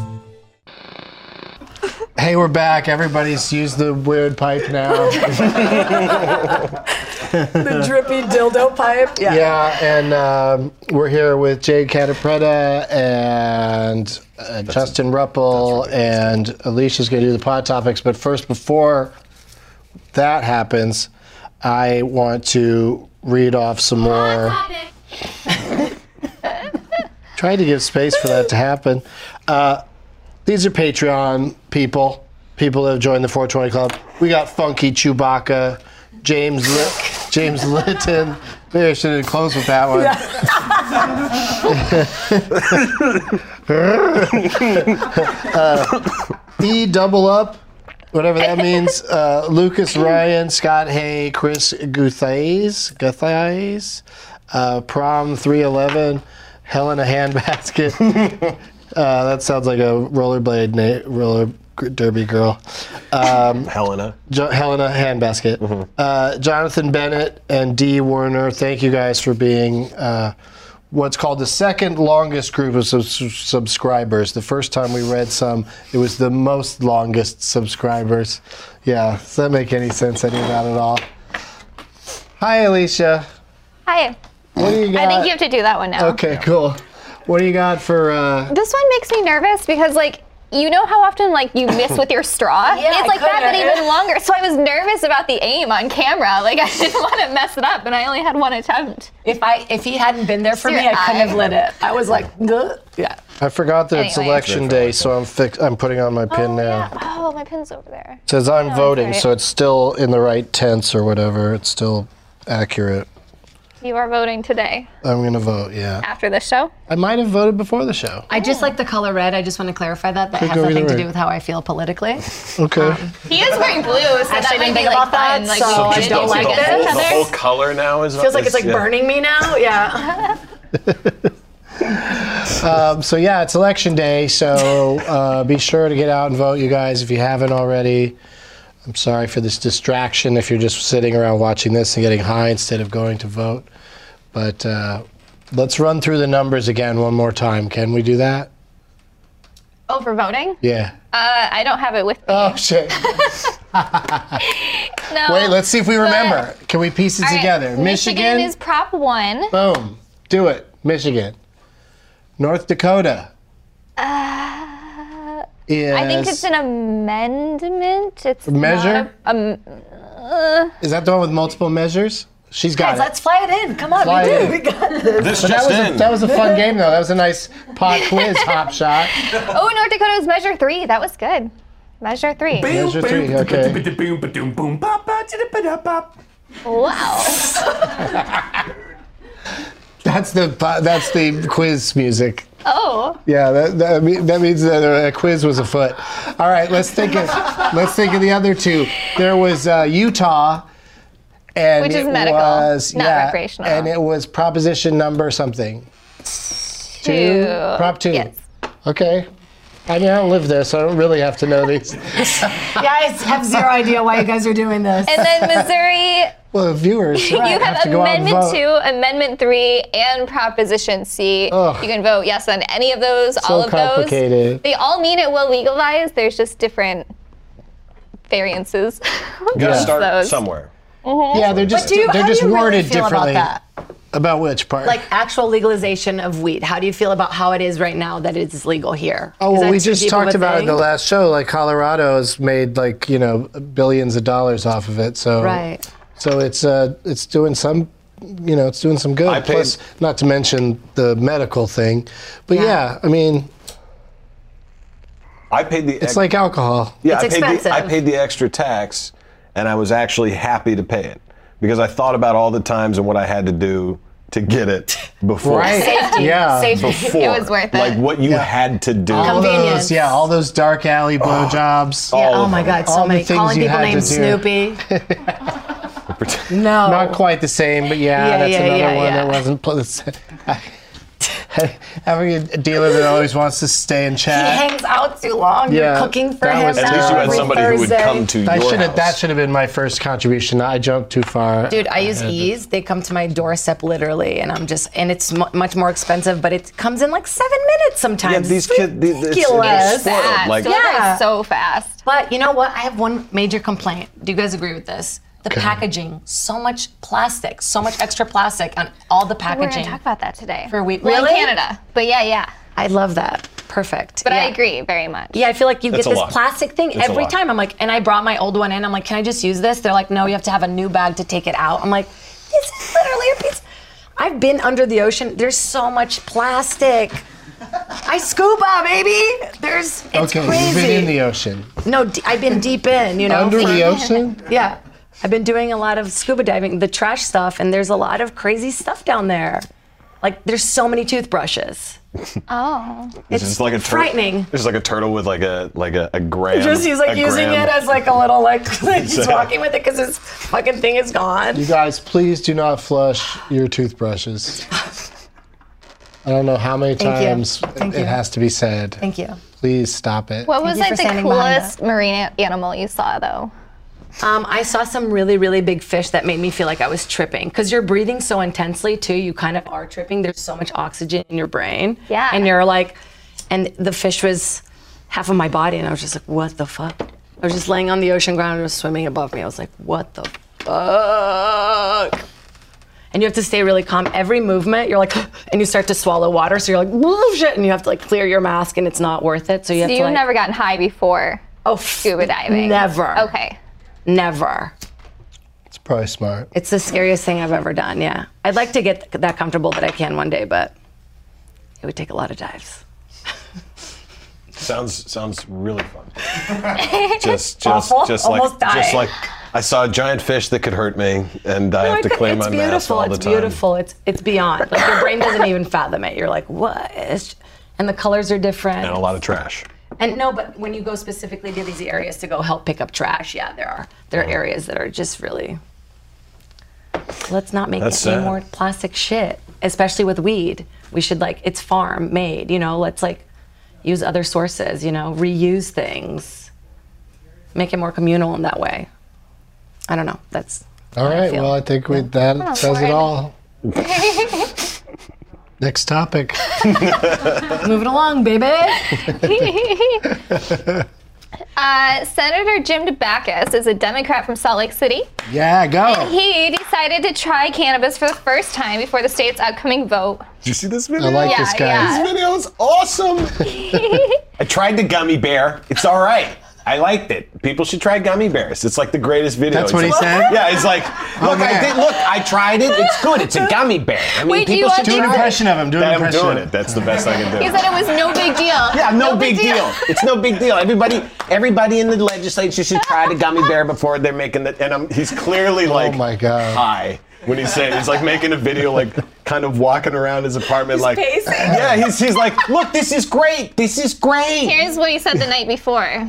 Speaker 1: Hey, we're back. Everybody's used the weird pipe now.
Speaker 2: The drippy dildo pipe. Yeah.
Speaker 1: yeah, and um, we're here with Jade Catapretta and uh, Justin Ruppel, and Alicia's going to do the pod topics. But first, before that happens, I want to read off some more. Trying to give space for that to happen. Uh, these are Patreon people, people that have joined the 420 Club. We got Funky Chewbacca, James Lit, James Litton. Maybe I should have closed with that one. Uh, e double up, whatever that means. Uh, Lucas Ryan, Scott Hay, Chris Guthays, Guthays, uh, Prom 311, Helen a Handbasket. Uh, that sounds like a rollerblade na- roller g- derby girl. Um,
Speaker 3: Helena.
Speaker 1: jo- Helena Handbasket, uh, Jonathan Bennett, and Dee Warner. Thank you guys for being uh, what's called the second longest group of subs subscribers. The first time we read some, it was the most longest subscribers. Yeah, does that make any sense? Any of that at all? Hi, Alicia.
Speaker 5: Hi.
Speaker 1: What do you
Speaker 5: I
Speaker 1: got?
Speaker 5: think you have to do that one now.
Speaker 1: Okay, cool. What do you got for? Uh,
Speaker 5: This one makes me nervous because like you know how often like you miss with your straw?
Speaker 4: Yeah,
Speaker 5: it's like
Speaker 4: I
Speaker 5: that but
Speaker 4: couldn't.
Speaker 5: even longer. So I was nervous about the aim on camera. Like I didn't want to mess it up and I only had one attempt.
Speaker 4: If I if he hadn't been there for
Speaker 5: Your
Speaker 4: me, I couldn't
Speaker 5: eye.
Speaker 4: have lit it. I was like, "Gah." yeah.
Speaker 1: I forgot that it's
Speaker 5: Anyway.
Speaker 1: election day, so I'm fix- I'm putting on my pin
Speaker 5: oh,
Speaker 1: now.
Speaker 5: yeah. Oh, my pin's over there.
Speaker 1: Says I'm
Speaker 5: that's
Speaker 1: voting,
Speaker 5: right.
Speaker 1: uh, so it's still in the right tense or whatever. It's still accurate.
Speaker 5: You are voting today
Speaker 1: I'm gonna vote. Yeah,
Speaker 5: after this show.
Speaker 1: I might have voted before the show.
Speaker 4: I just like the color red. I just want to clarify that. That has
Speaker 1: go either
Speaker 4: nothing to
Speaker 1: way.
Speaker 4: do with how I feel politically.
Speaker 1: Okay.
Speaker 5: He is wearing blue, so
Speaker 4: Actually, I
Speaker 5: that
Speaker 4: didn't
Speaker 5: might be
Speaker 4: think
Speaker 5: like
Speaker 4: about that,
Speaker 5: fun. Like,
Speaker 4: so
Speaker 5: we
Speaker 4: Oh, I
Speaker 5: should
Speaker 4: don't
Speaker 5: do
Speaker 4: like
Speaker 5: against
Speaker 4: this.
Speaker 5: each
Speaker 3: The
Speaker 5: other.
Speaker 1: Oh,
Speaker 3: whole color now is
Speaker 4: Feels like it's like
Speaker 3: yeah.
Speaker 4: burning me now. Yeah.
Speaker 1: Um, so yeah, it's election day, so uh, be sure to get out and vote, you guys, if you haven't already. I'm sorry for this distraction if you're just sitting around watching this and getting high instead of going to vote. But uh, let's run through the numbers again one more time. Can we do that?
Speaker 5: Oh, for voting?
Speaker 1: Yeah.
Speaker 5: Uh, I don't have it with me.
Speaker 1: Oh shit.
Speaker 5: no.
Speaker 1: Wait, let's see if we remember. Can we piece it
Speaker 5: All right,
Speaker 1: together?
Speaker 5: Michigan is prop one.
Speaker 1: Boom. Do it. Michigan. North Dakota.
Speaker 5: Uh,
Speaker 1: Is,
Speaker 5: I think it's an amendment. It's
Speaker 1: Measure?
Speaker 5: Not a, um, uh,
Speaker 1: is that the one with multiple measures? She's got
Speaker 4: Guys,
Speaker 1: it.
Speaker 4: let's fly it in. Come on,
Speaker 1: Fly
Speaker 4: we
Speaker 1: it
Speaker 4: do.
Speaker 1: in.
Speaker 4: We got this.
Speaker 3: This
Speaker 1: that
Speaker 3: just
Speaker 1: was
Speaker 3: in.
Speaker 1: a, that was a fun game though. That was a nice pot quiz hop shot.
Speaker 5: oh, North Dakota's measure three. That was good. Measure three.
Speaker 1: Measure three. Okay.
Speaker 5: Wow.
Speaker 1: That's the po- that's the quiz music.
Speaker 5: Oh,
Speaker 1: Yeah, that, that, me- that means that a quiz was afoot. All right, let's think of let's think of the other two. There was uh, Utah, and
Speaker 5: Which is
Speaker 1: it
Speaker 5: medical,
Speaker 1: was
Speaker 5: not
Speaker 1: yeah,
Speaker 5: recreational.
Speaker 1: and it was proposition number something.
Speaker 5: two.
Speaker 1: Prop two.
Speaker 5: Yes.
Speaker 1: Okay. I mean, I don't live there, so I don't really have to know these.
Speaker 4: Guys, have zero idea why you guys are doing this.
Speaker 5: And then Missouri,
Speaker 1: Well, the viewers, right,
Speaker 5: you have,
Speaker 1: to go out and
Speaker 5: Amendment
Speaker 1: vote.
Speaker 5: Two, Amendment Three, and Proposition C.
Speaker 1: Ugh.
Speaker 5: You can vote yes on any of those, all of
Speaker 1: complicated.
Speaker 5: those. They all mean it will legalize. There's just different variances.
Speaker 3: Gotta
Speaker 1: Yeah.
Speaker 3: start
Speaker 5: Those.
Speaker 3: somewhere.
Speaker 1: Yeah, they're just
Speaker 4: Do you-
Speaker 1: they're
Speaker 4: how
Speaker 1: just
Speaker 4: do you
Speaker 1: worded
Speaker 4: really feel
Speaker 1: differently.
Speaker 4: About that?
Speaker 1: About which part?
Speaker 2: like actual legalization of weed. How do you feel about how it is right now that it is legal here?
Speaker 1: Oh,
Speaker 2: Is
Speaker 1: well,
Speaker 2: that
Speaker 1: we
Speaker 2: too
Speaker 1: just
Speaker 2: deep of
Speaker 1: talked
Speaker 2: a
Speaker 1: about it in the
Speaker 2: thing?
Speaker 1: last show. Like Colorado has made like you know billions of dollars off of it. So
Speaker 2: Right.
Speaker 1: So it's uh it's doing some, you know, it's doing some good.
Speaker 3: I paid-
Speaker 1: Plus, not to mention the medical thing. But yeah,
Speaker 2: Yeah.
Speaker 1: I mean,
Speaker 3: I paid the.
Speaker 1: it's like alcohol.
Speaker 3: Yeah,
Speaker 2: It's
Speaker 3: I, paid the, I
Speaker 2: expensive.
Speaker 3: paid the extra tax, and I was actually happy to pay it because I thought about all the times and what I had to do to get it before.
Speaker 1: Safety. Yeah.
Speaker 5: Safety.
Speaker 3: Before.
Speaker 5: It was worth it.
Speaker 3: Like what you had to do.
Speaker 2: Oh.
Speaker 1: All those,
Speaker 2: Convenience.
Speaker 1: yeah, all those dark alley blowjobs.
Speaker 2: Yeah,
Speaker 3: all
Speaker 2: oh
Speaker 3: of
Speaker 2: my
Speaker 3: them.
Speaker 2: God,
Speaker 1: All
Speaker 2: so
Speaker 1: the
Speaker 2: many
Speaker 1: things
Speaker 2: calling
Speaker 1: you
Speaker 2: people
Speaker 1: had to
Speaker 2: named
Speaker 1: do.
Speaker 2: Snoopy. no,
Speaker 1: Not quite the same, but yeah,
Speaker 2: Oh. Yeah,
Speaker 1: that's
Speaker 2: yeah,
Speaker 1: another
Speaker 2: yeah,
Speaker 1: one
Speaker 2: yeah.
Speaker 1: that wasn't. Pl- that's- having a dealer that always wants to stay and
Speaker 2: he
Speaker 1: chat.
Speaker 2: hangs out too long.
Speaker 1: Yeah,
Speaker 2: You're cooking for
Speaker 1: that
Speaker 2: him.
Speaker 1: was
Speaker 2: now
Speaker 3: At least you had
Speaker 2: every
Speaker 3: somebody who would
Speaker 2: Thursday.
Speaker 3: come to
Speaker 1: I
Speaker 3: your
Speaker 1: should have.
Speaker 3: house.
Speaker 1: That should have been my first contribution. I jumped too far.
Speaker 2: Dude, I use Ease. They come to my doorstep literally, and I'm just, and it's mu much more expensive, but it comes in like seven minutes
Speaker 3: yeah,
Speaker 2: sometimes.
Speaker 3: these
Speaker 2: It's
Speaker 3: kids. These, it's,
Speaker 2: ridiculous.
Speaker 3: it's spoiled.
Speaker 5: fast.
Speaker 3: Like,
Speaker 5: So it's, like,
Speaker 2: Yeah.
Speaker 5: so fast.
Speaker 2: But you know what? I have one major complaint. Do you guys agree with this? The packaging, so much plastic, so much extra plastic on all the
Speaker 5: We're gonna
Speaker 2: packaging.
Speaker 5: talk about that today.
Speaker 2: For wheat-
Speaker 5: Well, in
Speaker 2: Really?
Speaker 5: Canada. But yeah, yeah.
Speaker 2: I love that. Perfect.
Speaker 5: But I
Speaker 2: Yeah.
Speaker 5: agree very much.
Speaker 2: Yeah, I feel like you
Speaker 3: It's a
Speaker 2: get this
Speaker 3: lot.
Speaker 2: plastic thing
Speaker 3: It's a
Speaker 2: every
Speaker 3: lot.
Speaker 2: time. I'm like, and I brought my old one in. I'm like, can I just use this? They're like, no, you have to have a new bag to take it out. I'm like, this is literally a piece. I've been under the ocean. There's so much plastic. I scuba, baby. There's it's
Speaker 1: okay,
Speaker 2: crazy.
Speaker 1: you've been in the ocean.
Speaker 2: no, d- I've been deep in. You know,
Speaker 1: Under
Speaker 2: for-
Speaker 1: the ocean?
Speaker 2: yeah. I've been doing a lot of scuba diving, the trash stuff, and there's a lot of crazy stuff down there. Like there's so many toothbrushes.
Speaker 5: Oh.
Speaker 3: it's just like a turtle.
Speaker 2: frightening.
Speaker 3: It's just like a turtle with like a like a, a gram.
Speaker 2: Just he's
Speaker 3: a
Speaker 2: like using
Speaker 3: gram.
Speaker 2: it as like a little like he's
Speaker 3: Exactly.
Speaker 2: walking with it because his fucking thing is gone.
Speaker 1: You guys, please do not flush your toothbrushes. I don't know how many
Speaker 2: Thank you.
Speaker 1: times
Speaker 2: Thank
Speaker 1: it
Speaker 2: you.
Speaker 1: has to be said.
Speaker 2: Thank you.
Speaker 1: Please stop it.
Speaker 5: What was
Speaker 2: you for
Speaker 5: like the
Speaker 2: standing behind
Speaker 5: coolest marine a- animal you saw though?
Speaker 2: Um, I saw some really really big fish that made me feel like I was tripping because you're breathing so intensely too. You kind of are tripping. There's so much oxygen in your brain.
Speaker 5: Yeah.
Speaker 2: And you're like, and the fish was half of my body, and I was just like, what the fuck? I was just laying on the ocean ground and it was swimming above me. I was like, what the fuck? and you have to stay really calm. Every movement, you're like, and you start to swallow water, so you're like, "Whoa, shit, and you have to like clear your mask, and it's not worth it. So you have
Speaker 5: So
Speaker 2: to
Speaker 5: you've
Speaker 2: like,
Speaker 5: never gotten high before
Speaker 2: oh,
Speaker 5: scuba diving.
Speaker 2: Never.
Speaker 5: Okay.
Speaker 2: never.
Speaker 1: It's probably smart.
Speaker 2: It's the scariest thing I've ever done. Yeah, I'd like to get that comfortable that I can one day, but it would take a lot of dives.
Speaker 3: Sounds sounds really fun. just just
Speaker 2: Awful.
Speaker 3: just like
Speaker 2: Almost
Speaker 3: just
Speaker 2: dying.
Speaker 3: like I saw a giant fish that could hurt me, and I have to clean
Speaker 2: it's
Speaker 3: my
Speaker 2: beautiful.
Speaker 3: mask all
Speaker 2: it's
Speaker 3: the time.
Speaker 2: beautiful. It's it's beyond. Like your brain doesn't even fathom it. You're like, what? It's- And the colors are different.
Speaker 3: And a lot of trash.
Speaker 2: And no, but when you go specifically to these areas to go help pick up trash, yeah, there are there
Speaker 3: Uh-huh.
Speaker 2: are areas that are just really. Let's not make
Speaker 3: That's
Speaker 2: any
Speaker 3: sad.
Speaker 2: more plastic shit, especially with weed. We should like it's farm made, you know. Let's like use other sources, you know, reuse things, make it more communal in that way. I don't know. That's
Speaker 1: All right.
Speaker 2: feel.
Speaker 1: Well, I think we, that says it
Speaker 5: Lord.
Speaker 1: all. Next topic.
Speaker 2: moving along, baby.
Speaker 5: uh, Senator Jim DeBakis is a Democrat from Salt Lake City.
Speaker 1: Yeah,
Speaker 6: Oh.
Speaker 1: go.
Speaker 5: He decided to try cannabis for the first time before the state's upcoming vote.
Speaker 3: Did you see this video?
Speaker 1: I like
Speaker 5: Yeah,
Speaker 1: this guy.
Speaker 5: yeah.
Speaker 3: This video is awesome. I tried the gummy bear. It's all right. I liked it. People should try gummy bears. It's like the greatest video.
Speaker 1: That's
Speaker 3: It's
Speaker 1: what he
Speaker 3: like-
Speaker 1: said? Oh,
Speaker 3: Yeah, it's like, look, I
Speaker 1: man.
Speaker 3: did. Look, I tried it. It's good. It's a gummy bear. I mean,
Speaker 5: Wait,
Speaker 3: people should
Speaker 5: you want
Speaker 1: Do an
Speaker 5: the-
Speaker 3: try
Speaker 1: impression of him. Do an
Speaker 3: I'm
Speaker 1: impression.
Speaker 3: doing it. That's the best I can do.
Speaker 5: He said it was no big deal.
Speaker 6: Yeah, no, big, deal. It's no big deal. Everybody, everybody in the legislature should try the gummy bear before they're making the.
Speaker 3: and I'm, he's clearly like
Speaker 1: Oh my God.
Speaker 3: high when he's saying he's like making a video like kind of walking around his apartment like
Speaker 2: pacing.
Speaker 3: yeah he's he's like
Speaker 6: Look, this is great. This is great.
Speaker 5: Here's what he said the night before.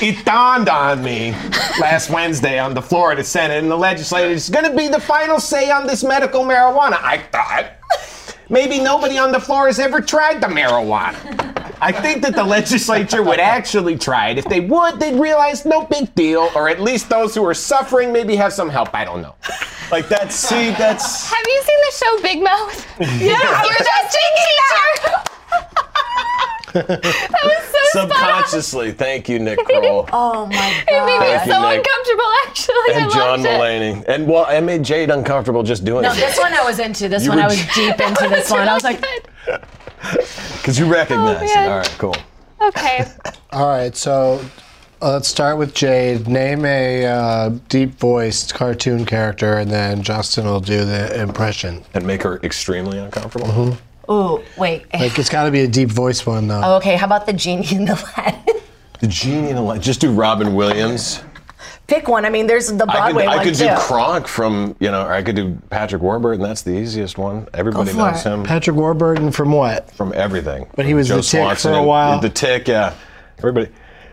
Speaker 3: it dawned on me
Speaker 6: Last Wednesday on the Florida Senate and the legislature is going to be the final say on this medical marijuana. I thought maybe nobody on the floor has ever tried the marijuana. I think that the legislature would actually try it. If they would, they'd realize no big deal, or at least those who are suffering maybe have some help. I don't know.
Speaker 3: like that's see that's
Speaker 5: Have you seen the show Big Mouth? Yeah, you're that teacher. that was so
Speaker 3: subconsciously. Thank you, Nick Kroll.
Speaker 2: Oh my
Speaker 5: It made
Speaker 3: Thank
Speaker 5: me
Speaker 3: you,
Speaker 5: so
Speaker 3: Nick.
Speaker 5: uncomfortable, actually.
Speaker 3: and
Speaker 5: I
Speaker 3: John
Speaker 5: loved it.
Speaker 3: Mulaney. And well, I made Jade uncomfortable just doing
Speaker 2: No,
Speaker 3: it
Speaker 2: this one I was into. This
Speaker 3: You
Speaker 2: one
Speaker 3: were
Speaker 2: I was
Speaker 3: j-
Speaker 2: deep into. This one I was like,
Speaker 3: because you recognize it.
Speaker 5: man.
Speaker 3: All right, cool.
Speaker 5: Okay.
Speaker 1: All right, so uh, let's start with Jade. Name a uh, deep-voiced cartoon character, and then Justin will do the impression.
Speaker 3: And make her extremely uncomfortable.
Speaker 1: Mm-hmm.
Speaker 2: ooh, Oh, wait.
Speaker 1: Like it's got to be a deep voice one though.
Speaker 2: Okay, how about the genie in the Aladdin?
Speaker 3: The genie in the light. Just do Robin Williams.
Speaker 2: Pick one. I mean, there's the
Speaker 3: I could,
Speaker 2: Broadway
Speaker 3: I
Speaker 2: one
Speaker 3: could
Speaker 2: too.
Speaker 3: do Kronk from you know, or I could do Patrick Warburton. That's the easiest one. Everybody
Speaker 2: for
Speaker 3: knows
Speaker 2: it.
Speaker 3: him
Speaker 1: Patrick Warburton from what?
Speaker 3: from everything. But
Speaker 1: he was the Tick for a while.
Speaker 3: The Tick, yeah. Everybody,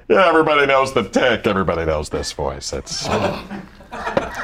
Speaker 3: yeah, everybody knows the Tick. Everybody knows this voice. It's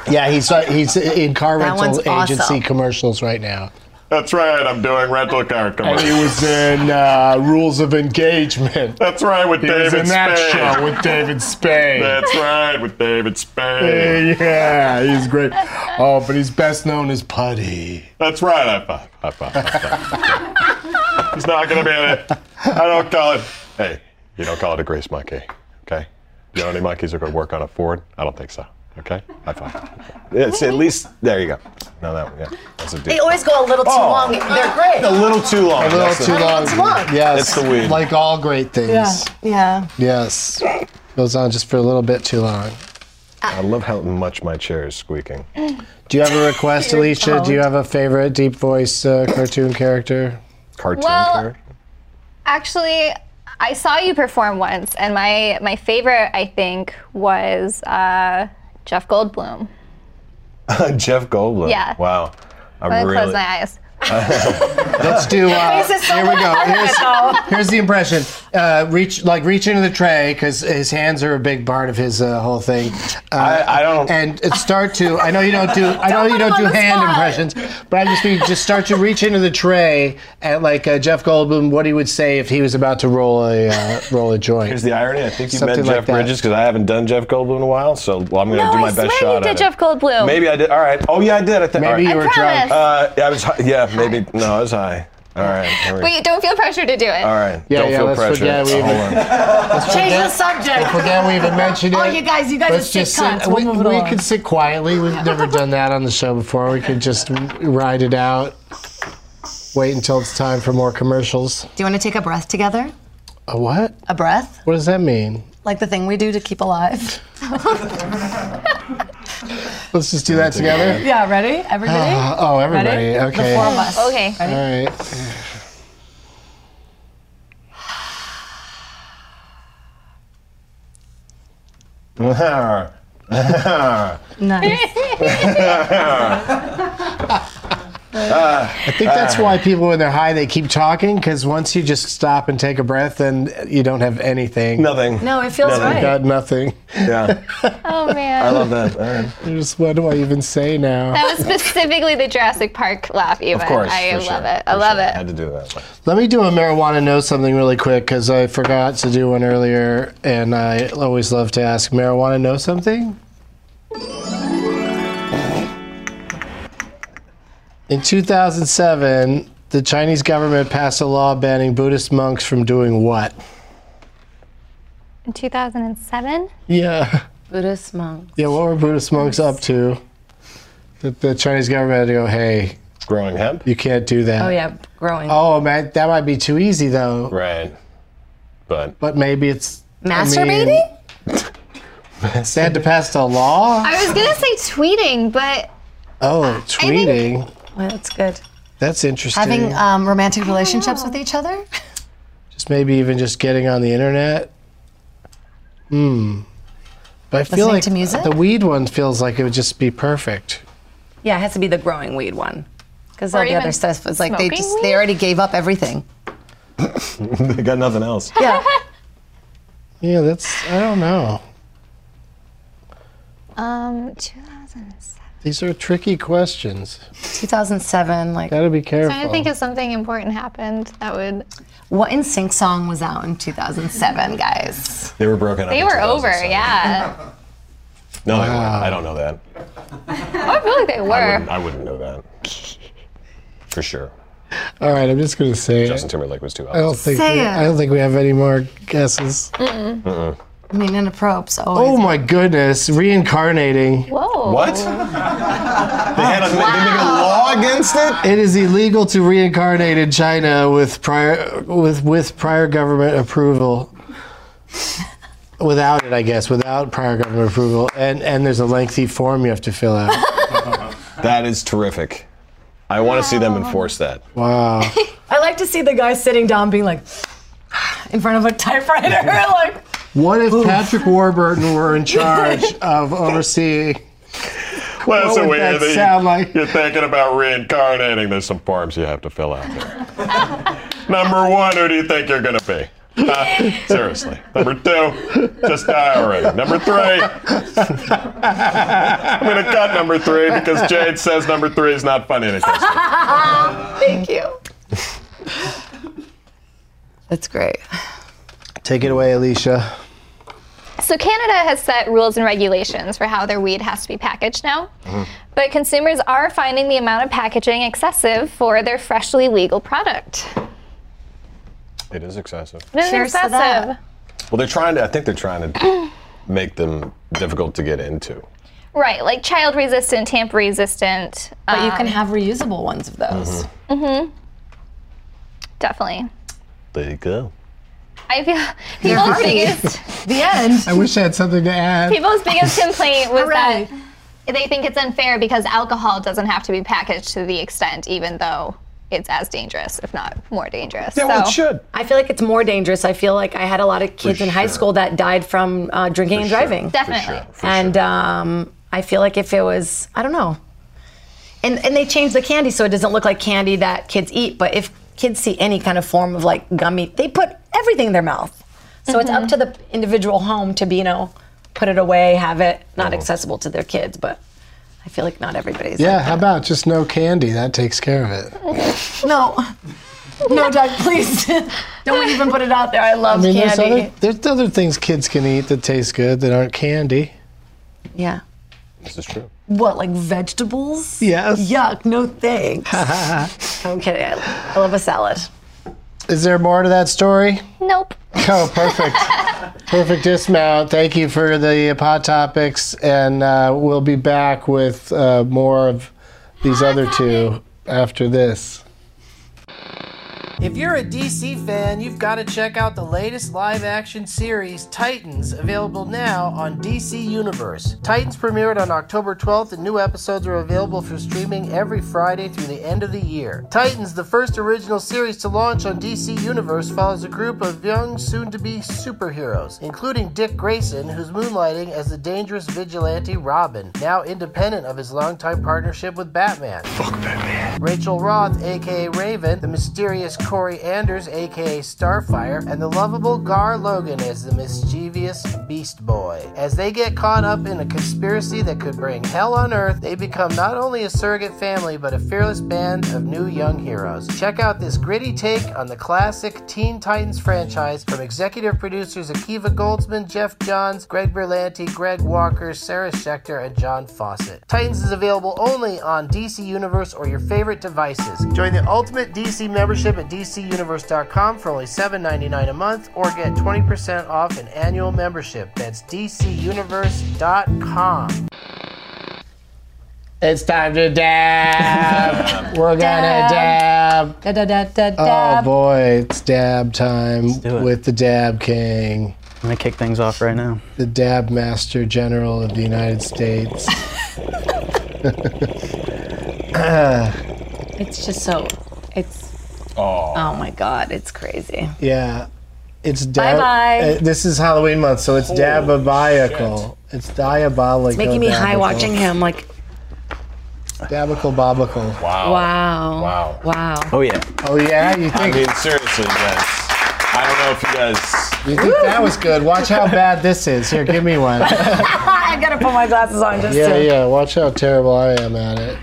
Speaker 1: Yeah, he's uh, he's in car
Speaker 2: That
Speaker 1: rental
Speaker 2: one's
Speaker 1: agency
Speaker 2: awesome.
Speaker 1: commercials right now.
Speaker 3: that's right. I'm doing rental car
Speaker 1: And he
Speaker 3: commercials.
Speaker 1: was in uh, Rules of Engagement.
Speaker 3: That's right with
Speaker 1: He was in that show with David Spade.
Speaker 3: right with David Spade.
Speaker 1: yeah, he's great. Oh, but he's best known as Putty.
Speaker 3: That's right. I five. High five. High five. He's not gonna be in it. I don't call it. Hey, you don't call it a grease monkey, okay? You know any monkeys are gonna work on a Ford? I don't think so. Okay. High five. It's at least there you go. No, that one. Yeah, that's a
Speaker 2: They
Speaker 3: deal.
Speaker 2: always go a little too
Speaker 3: Oh.
Speaker 2: long. They're great.
Speaker 3: A little too long.
Speaker 1: Oh, A little
Speaker 3: That's
Speaker 1: too
Speaker 3: the-
Speaker 1: long.
Speaker 2: too long.
Speaker 1: Yes.
Speaker 3: That's the weed.
Speaker 1: Like all great things.
Speaker 2: Yeah.
Speaker 1: Yes. Goes on just for a little bit too long.
Speaker 3: I love how much my chair is squeaking.
Speaker 1: Do you have a request, Alicia? Do you have a favorite deep voice uh, cartoon character?
Speaker 3: Cartoon
Speaker 5: Well-
Speaker 3: character.
Speaker 5: Actually, I saw you perform once, and my my favorite, I think, was uh, Jeff Goldblum.
Speaker 3: Jeff Goldblum.
Speaker 5: Yeah.
Speaker 3: Wow. I'm
Speaker 5: I
Speaker 3: really.
Speaker 5: closed my eyes.
Speaker 1: Let's do. Uh, here we go. Here's, here's the impression. Uh, reach like reach into the tray because his hands are a big part of his uh, whole thing. Uh,
Speaker 3: I- I don't-
Speaker 1: And it start to. I know you don't do. I know you
Speaker 5: put
Speaker 1: don't
Speaker 5: him
Speaker 1: do
Speaker 5: on the
Speaker 1: hand
Speaker 5: spot.
Speaker 1: impressions, but I just mean just start to reach into the tray at like uh, Jeff Goldblum. What he would say if he was about to roll a uh, roll a joint.
Speaker 3: Here's the irony. I think you met
Speaker 1: Something like
Speaker 3: Jeff
Speaker 1: that.
Speaker 3: Bridges because I haven't done Jeff Goldblum in a while, so well, I'm going to
Speaker 5: No,
Speaker 3: do my
Speaker 5: I
Speaker 3: best
Speaker 5: swear
Speaker 3: shot
Speaker 5: you
Speaker 3: at
Speaker 5: did
Speaker 3: it.
Speaker 5: Jeff Goldblum.
Speaker 3: Maybe I did. All right. Oh yeah, I did. I think. all
Speaker 1: Maybe
Speaker 3: right.
Speaker 1: you were drunk.
Speaker 5: promise.
Speaker 3: Uh, I was. hi- Yeah, maybe. No, I was high. All right. here we-
Speaker 5: Wait, don't feel pressure to do it.
Speaker 3: All right.
Speaker 1: Yeah,
Speaker 3: Don't
Speaker 1: yeah,
Speaker 3: feel
Speaker 1: let's
Speaker 3: pressure.
Speaker 1: forget we
Speaker 3: Hold
Speaker 1: even-
Speaker 3: on.
Speaker 2: Change the subject.
Speaker 1: Forget we even mentioned it.
Speaker 2: Oh, you guys, you guys
Speaker 1: Let's
Speaker 2: are sick
Speaker 1: just sit-
Speaker 2: cunts.
Speaker 1: We,
Speaker 2: We'll move it
Speaker 1: we
Speaker 2: along.
Speaker 1: could sit quietly. We've never done that on the show before. We could just ride it out. Wait until it's time for more commercials.
Speaker 2: Do you want to take a breath together?
Speaker 1: A what?
Speaker 2: A breath,
Speaker 1: What does that mean?
Speaker 2: like the thing we do to keep alive.
Speaker 1: Let's just do that together.
Speaker 2: Yeah. Ready, everybody?
Speaker 1: Uh, oh, everybody.
Speaker 2: Ready?
Speaker 1: Okay.
Speaker 2: Four of
Speaker 1: All
Speaker 2: us.
Speaker 5: Okay.
Speaker 1: right.
Speaker 2: Nice.
Speaker 1: I think that's why people when they're high they keep talking because once you just stop and take a breath, then you don't have anything.
Speaker 3: Nothing.
Speaker 2: No, it feels
Speaker 3: No, no,
Speaker 1: You
Speaker 2: right.
Speaker 1: got nothing.
Speaker 3: Yeah.
Speaker 5: Oh
Speaker 3: I
Speaker 5: man.
Speaker 3: love that. All right.
Speaker 1: You're just what do I even say now?
Speaker 5: That was specifically the Jurassic Park laugh, even.
Speaker 3: Of course.
Speaker 5: I
Speaker 3: for
Speaker 5: love
Speaker 3: sure,
Speaker 5: it. I
Speaker 3: for
Speaker 5: love
Speaker 3: sure.
Speaker 5: it.
Speaker 3: Had to do that.
Speaker 1: Let me do a marijuana know something really quick because I forgot to do one earlier, and I always love to ask marijuana know something. In 2007, the Chinese government passed a law banning Buddhist monks from doing what?
Speaker 5: In 2007.
Speaker 1: Yeah,
Speaker 2: Buddhist monk.
Speaker 1: yeah. What were Buddhist monks up to? That the Chinese government had to go, hey,
Speaker 3: Growing hemp.
Speaker 1: you can't do that.
Speaker 2: Oh yeah, growing.
Speaker 1: Oh man, that might be too easy though.
Speaker 3: Right. But
Speaker 1: But maybe it's I mean,
Speaker 2: Masturbating?
Speaker 1: they had to pass a law.
Speaker 5: I was gonna say tweeting, but
Speaker 1: Oh, tweeting.
Speaker 2: Well, that's good.
Speaker 1: That's interesting.
Speaker 2: Having um, romantic relationships with each other.
Speaker 1: just maybe even just getting on the internet. Hmm. But I feel
Speaker 2: Listening
Speaker 1: like
Speaker 2: to music?
Speaker 1: the weed one feels like it would just be perfect.
Speaker 2: Yeah, it has to be the growing weed one. Because all
Speaker 5: Or
Speaker 2: the other
Speaker 5: even
Speaker 2: stuff was like they
Speaker 5: smoking
Speaker 2: just
Speaker 5: weed?
Speaker 2: they already gave up everything.
Speaker 3: they got nothing else.
Speaker 2: Yeah.
Speaker 1: Yeah, that's I don't know.
Speaker 5: um, 2007.
Speaker 1: These are tricky questions.
Speaker 2: 2007, like
Speaker 1: Gotta be
Speaker 5: I'm trying
Speaker 1: careful.
Speaker 5: to think if something important happened that would.
Speaker 2: what in sync song was out in 2007, guys?
Speaker 3: They were broken up.
Speaker 5: They
Speaker 3: in
Speaker 5: were over,
Speaker 3: 2007.
Speaker 5: yeah.
Speaker 3: No, they weren't. I don't know that.
Speaker 5: I feel like they
Speaker 3: I
Speaker 5: were.
Speaker 3: wouldn't, I wouldn't know that. For sure.
Speaker 1: All right, I'm just gonna say. it.
Speaker 3: Justin Timberlake was too
Speaker 1: I
Speaker 3: obvious.
Speaker 1: don't think. We,
Speaker 2: Say it.
Speaker 1: I don't think we have any more guesses.
Speaker 2: I mean, in a probe, so
Speaker 1: Oh
Speaker 2: always.
Speaker 1: my goodness, reincarnating.
Speaker 5: Whoa.
Speaker 3: What? they had a, they make a law against it.
Speaker 1: It is illegal to reincarnate in China with prior with with prior government approval. Without it, I guess, without prior government approval, and and there's a lengthy form you have to fill out.
Speaker 3: That is terrific. I want to see them enforce that.
Speaker 1: Wow.
Speaker 2: I like to see the guy sitting down being like, in front of a typewriter, like,
Speaker 1: What if Patrick Warburton were in charge of overseeing?
Speaker 3: Well,
Speaker 1: What would that sound like?
Speaker 3: You're thinking about reincarnating. There's some forms you have to fill out there. Number one, who do you think you're going to be? Uh, seriously. Number two, just die already. Number three, I'm going to cut number three because Jade says number three is not funny. And it goes,
Speaker 2: thank you. That's great.
Speaker 1: Take it away, Alicia.
Speaker 5: So Canada has set rules and regulations for how their weed has to be packaged now.
Speaker 3: Mm-hmm.
Speaker 5: But consumers are finding the amount of packaging excessive for their freshly legal product.
Speaker 3: it is excessive.
Speaker 5: It's
Speaker 2: Cheers to that.
Speaker 5: excessive.
Speaker 3: Well, they're trying to, I think they're trying to make them difficult to get into.
Speaker 5: Right, like child resistant, tamper resistant.
Speaker 2: But you
Speaker 5: um,
Speaker 2: can have reusable ones of those.
Speaker 3: Mm-hmm.
Speaker 5: definitely.
Speaker 3: There you go.
Speaker 5: I feel people's biggest
Speaker 2: The end.
Speaker 1: I wish I had something to add.
Speaker 5: people's biggest complaint was
Speaker 2: Hooray.
Speaker 5: that they think it's unfair because alcohol doesn't have to be packaged to the extent, even though it's as dangerous, if not more dangerous.
Speaker 3: Yeah, well, it
Speaker 5: So-
Speaker 3: should.
Speaker 2: I feel like it's more dangerous. I feel like I had a lot of kids in high
Speaker 3: sure.
Speaker 2: school that died from uh, drinking and driving.
Speaker 5: Definitely.
Speaker 3: For sure. For
Speaker 2: and
Speaker 3: sure.
Speaker 2: um, I feel like if it was, I don't know, and and they changed the candy so it doesn't look like candy that kids eat. But if kids see any kind of form of like gummy, they put everything in their mouth. So it's up to the individual home to be, you know, put it away, have it not
Speaker 1: Oh.
Speaker 2: accessible to their kids. But I feel like not everybody's.
Speaker 1: Yeah, how about just no candy? That takes care of it.
Speaker 2: No. No, Doug, please don't even put it out there. I love
Speaker 1: I mean, there's
Speaker 2: candy.
Speaker 1: other, there's other things kids can eat that taste good that aren't candy.
Speaker 2: Yeah.
Speaker 3: this is true.
Speaker 2: What, like vegetables?
Speaker 1: Yes.
Speaker 2: Yuck, no thanks. I'm kidding. I, I love a salad.
Speaker 1: Is there more to that story?
Speaker 5: Nope.
Speaker 1: Oh, perfect. perfect dismount. Thank you for the pod topics, and uh, we'll be back with uh, more of these other two after this. If you're a DC fan, you've got to check out the latest live action series, Titans, available now on DC Universe. Titans premiered on October 12th, and new episodes are available for streaming every Friday through the end of the year. Titans, the first original series to launch on DC Universe, follows a group of young, soon to be superheroes, including Dick Grayson, who's moonlighting as the dangerous vigilante Robin, now independent of his longtime partnership with Batman. Rachel Roth, aka Raven, the mysterious Corey Anders, aka Starfire, and the lovable Gar Logan as the mischievous Beast Boy. As they get caught up in a conspiracy that could bring hell on Earth, they become not only a surrogate family, but a fearless band of new young heroes. Check out this gritty take on the classic Teen Titans franchise from executive producers Akiva Goldsman, Jeff Johns, Greg Berlanti, Greg Walker, Sarah Schechter, and John Fawcett. Titans is available only on DC Universe or your favorite devices. Join the ultimate DC membership at DCUniverse.com for only $7.99 a month or get 20% off an annual membership. That's DCUniverse.com. It's time to dab. We're gonna dab.
Speaker 2: Da, da, da, da,
Speaker 1: Oh
Speaker 2: dab.
Speaker 1: boy, it's dab time
Speaker 7: do it.
Speaker 1: with the dab king,
Speaker 7: I'm gonna kick things off right now.
Speaker 1: the dab master general of the United States.
Speaker 2: It's just so, it's,
Speaker 3: Oh.
Speaker 2: oh my God, it's crazy.
Speaker 1: Yeah, it's dab.
Speaker 2: Bye-bye.
Speaker 1: uh, this is Halloween month, so it's dababiacal. It's diabolical. It's
Speaker 2: Making me high watching him, like,
Speaker 1: Dabical bobical.
Speaker 3: Wow.
Speaker 2: wow.
Speaker 3: Wow.
Speaker 2: Wow.
Speaker 7: Oh yeah.
Speaker 1: Oh yeah, you
Speaker 3: I
Speaker 1: think
Speaker 3: mean, seriously, guys. I don't know if you guys.
Speaker 1: you think that was good? Watch how bad this is. Here, give me one.
Speaker 2: I gotta put my glasses on just
Speaker 1: Yeah,
Speaker 2: to.
Speaker 1: yeah. Watch how terrible I am at it,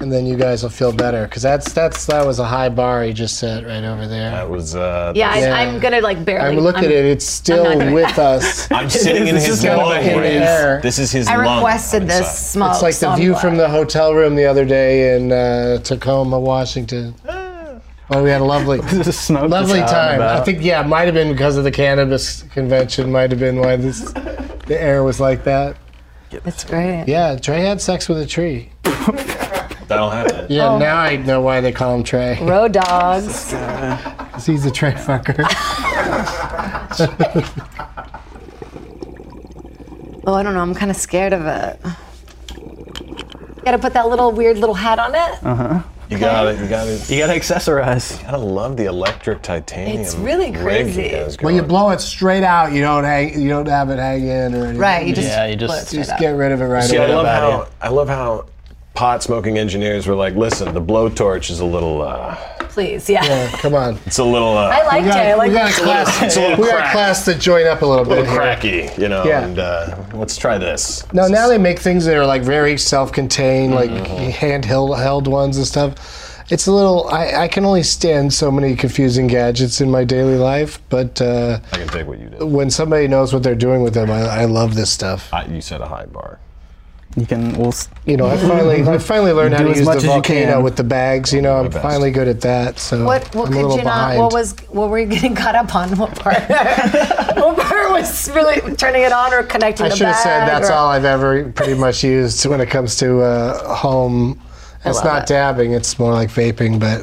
Speaker 1: and then you guys will feel better. Cause that's that's that was a high bar he just set right over there.
Speaker 3: That was. Uh,
Speaker 2: Yeah, I,
Speaker 1: Yeah.
Speaker 2: I'm gonna like barely.
Speaker 1: I'm looking at it. It's still
Speaker 2: not doing
Speaker 1: with us.
Speaker 3: I'm sitting in
Speaker 1: This is
Speaker 3: his
Speaker 1: kind of
Speaker 3: lung.
Speaker 1: in the
Speaker 3: Rafe.
Speaker 1: air.
Speaker 3: This is his
Speaker 4: I
Speaker 3: lung.
Speaker 4: requested
Speaker 3: inside.
Speaker 4: this smoke.
Speaker 1: It's like
Speaker 4: so
Speaker 1: the
Speaker 4: I'm
Speaker 1: view
Speaker 4: glad.
Speaker 1: from the hotel room the other day in uh, Tacoma, Washington. But we had a lovely,
Speaker 7: This is smoke. that's
Speaker 1: lovely
Speaker 7: out and
Speaker 1: time. I
Speaker 7: about.
Speaker 1: think yeah, it might have been because of the cannabis convention. Might have been why this the air was like that.
Speaker 2: That's great.
Speaker 1: Yeah, Trey had sex with a tree.
Speaker 3: That'll happen.
Speaker 1: Yeah, now I know why they call him Trey.
Speaker 2: Road dogs.
Speaker 1: Because he's a Trey fucker.
Speaker 2: Oh, I don't know. I'm kind of scared of it. Got to put that little weird little hat on it.
Speaker 7: Uh-huh.
Speaker 3: You got it. You got it. You
Speaker 7: You gotta accessorize.
Speaker 3: gotta love the electric titanium.
Speaker 2: It's really
Speaker 3: rig you
Speaker 2: crazy.
Speaker 3: guys
Speaker 1: When you
Speaker 3: got.
Speaker 1: blow it straight out, you don't hang, you don't have it hang in or anything.
Speaker 4: Right, you just
Speaker 7: Yeah, you just-
Speaker 4: blow it straight
Speaker 1: Just
Speaker 4: up.
Speaker 1: get rid of it right
Speaker 3: See, I
Speaker 1: away.
Speaker 3: love
Speaker 7: bad,
Speaker 3: how I love how pot smoking engineers were like, listen, the blowtorch is a little, uh,
Speaker 2: Please, yeah.
Speaker 1: Yeah, come on.
Speaker 3: it's a little, uh,
Speaker 2: I liked
Speaker 1: We
Speaker 2: it. I
Speaker 1: got, we
Speaker 2: liked
Speaker 1: got a
Speaker 3: it's
Speaker 1: class.
Speaker 3: a little
Speaker 1: We got a
Speaker 3: crack.
Speaker 1: class to join up a little
Speaker 3: a
Speaker 1: bit
Speaker 3: little
Speaker 1: here.
Speaker 3: cracky, you know.
Speaker 1: Yeah.
Speaker 3: And uh, let's try this.
Speaker 1: No, now they make things that are like very self-contained, like
Speaker 7: Mm-hmm.
Speaker 1: handheld held ones and stuff. It's a little. I, I can only stand so many confusing gadgets in my daily life, but uh,
Speaker 3: I can take what you did.
Speaker 1: when somebody knows what they're doing with them, I, I love this stuff.
Speaker 3: I, you said a high bar.
Speaker 7: You can. We'll, s-
Speaker 1: You know, I finally I finally learned how
Speaker 7: do
Speaker 1: to
Speaker 7: as
Speaker 1: use
Speaker 7: much
Speaker 1: the
Speaker 7: as you
Speaker 1: volcano
Speaker 7: can.
Speaker 1: with the bags. You know,
Speaker 3: do my
Speaker 1: I'm
Speaker 3: best.
Speaker 1: finally good at that. So
Speaker 2: What, what
Speaker 1: I'm a
Speaker 2: could
Speaker 1: little
Speaker 2: you not?
Speaker 1: behind.
Speaker 2: What was? What were you getting caught up on? What part? what part was really turning it on or connecting
Speaker 1: I
Speaker 2: the
Speaker 1: should have said
Speaker 2: bag
Speaker 1: that's
Speaker 2: or-
Speaker 1: all I've ever pretty much used when it comes to uh, home. It's
Speaker 2: love
Speaker 1: not
Speaker 2: it.
Speaker 1: dabbing; it's more like vaping, but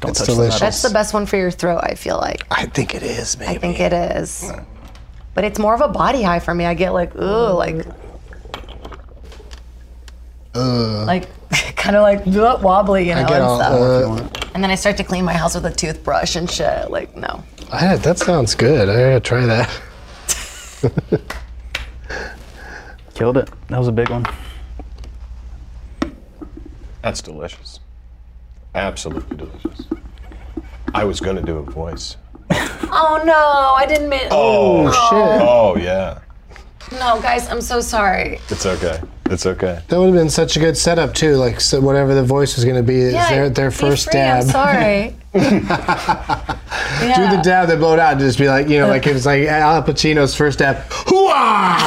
Speaker 7: don't
Speaker 1: it's
Speaker 7: touch
Speaker 1: delicious.
Speaker 7: That.
Speaker 2: That's the best one for your throat. I feel like.
Speaker 1: I think it is, maybe.
Speaker 2: I think it is. But it's more of a body high for me. I get like, ooh, like, like, kind of like bleh, wobbly, you know,
Speaker 1: I get
Speaker 2: and
Speaker 1: all.
Speaker 2: stuff.
Speaker 1: Uh,
Speaker 2: and then I start to clean my house with a toothbrush and shit. Like, no.
Speaker 1: I, that sounds good. I gotta try that.
Speaker 7: Killed it. That was a big one.
Speaker 3: That's delicious. Absolutely delicious. I was gonna do a voice.
Speaker 2: Oh no, I didn't mean.
Speaker 3: Oh,
Speaker 1: Shit,
Speaker 3: Oh yeah.
Speaker 2: No, guys, I'm so sorry.
Speaker 3: It's okay. It's okay.
Speaker 1: that would have been such a good setup too. Like so whatever the voice was gonna be, is their their
Speaker 2: be
Speaker 1: first
Speaker 2: free,
Speaker 1: dab.
Speaker 2: I'm sorry.
Speaker 1: Do the
Speaker 2: Yeah.
Speaker 1: dab, they blow it out, and just be like, you know, like it was like Al Pacino's first dab. Hooah!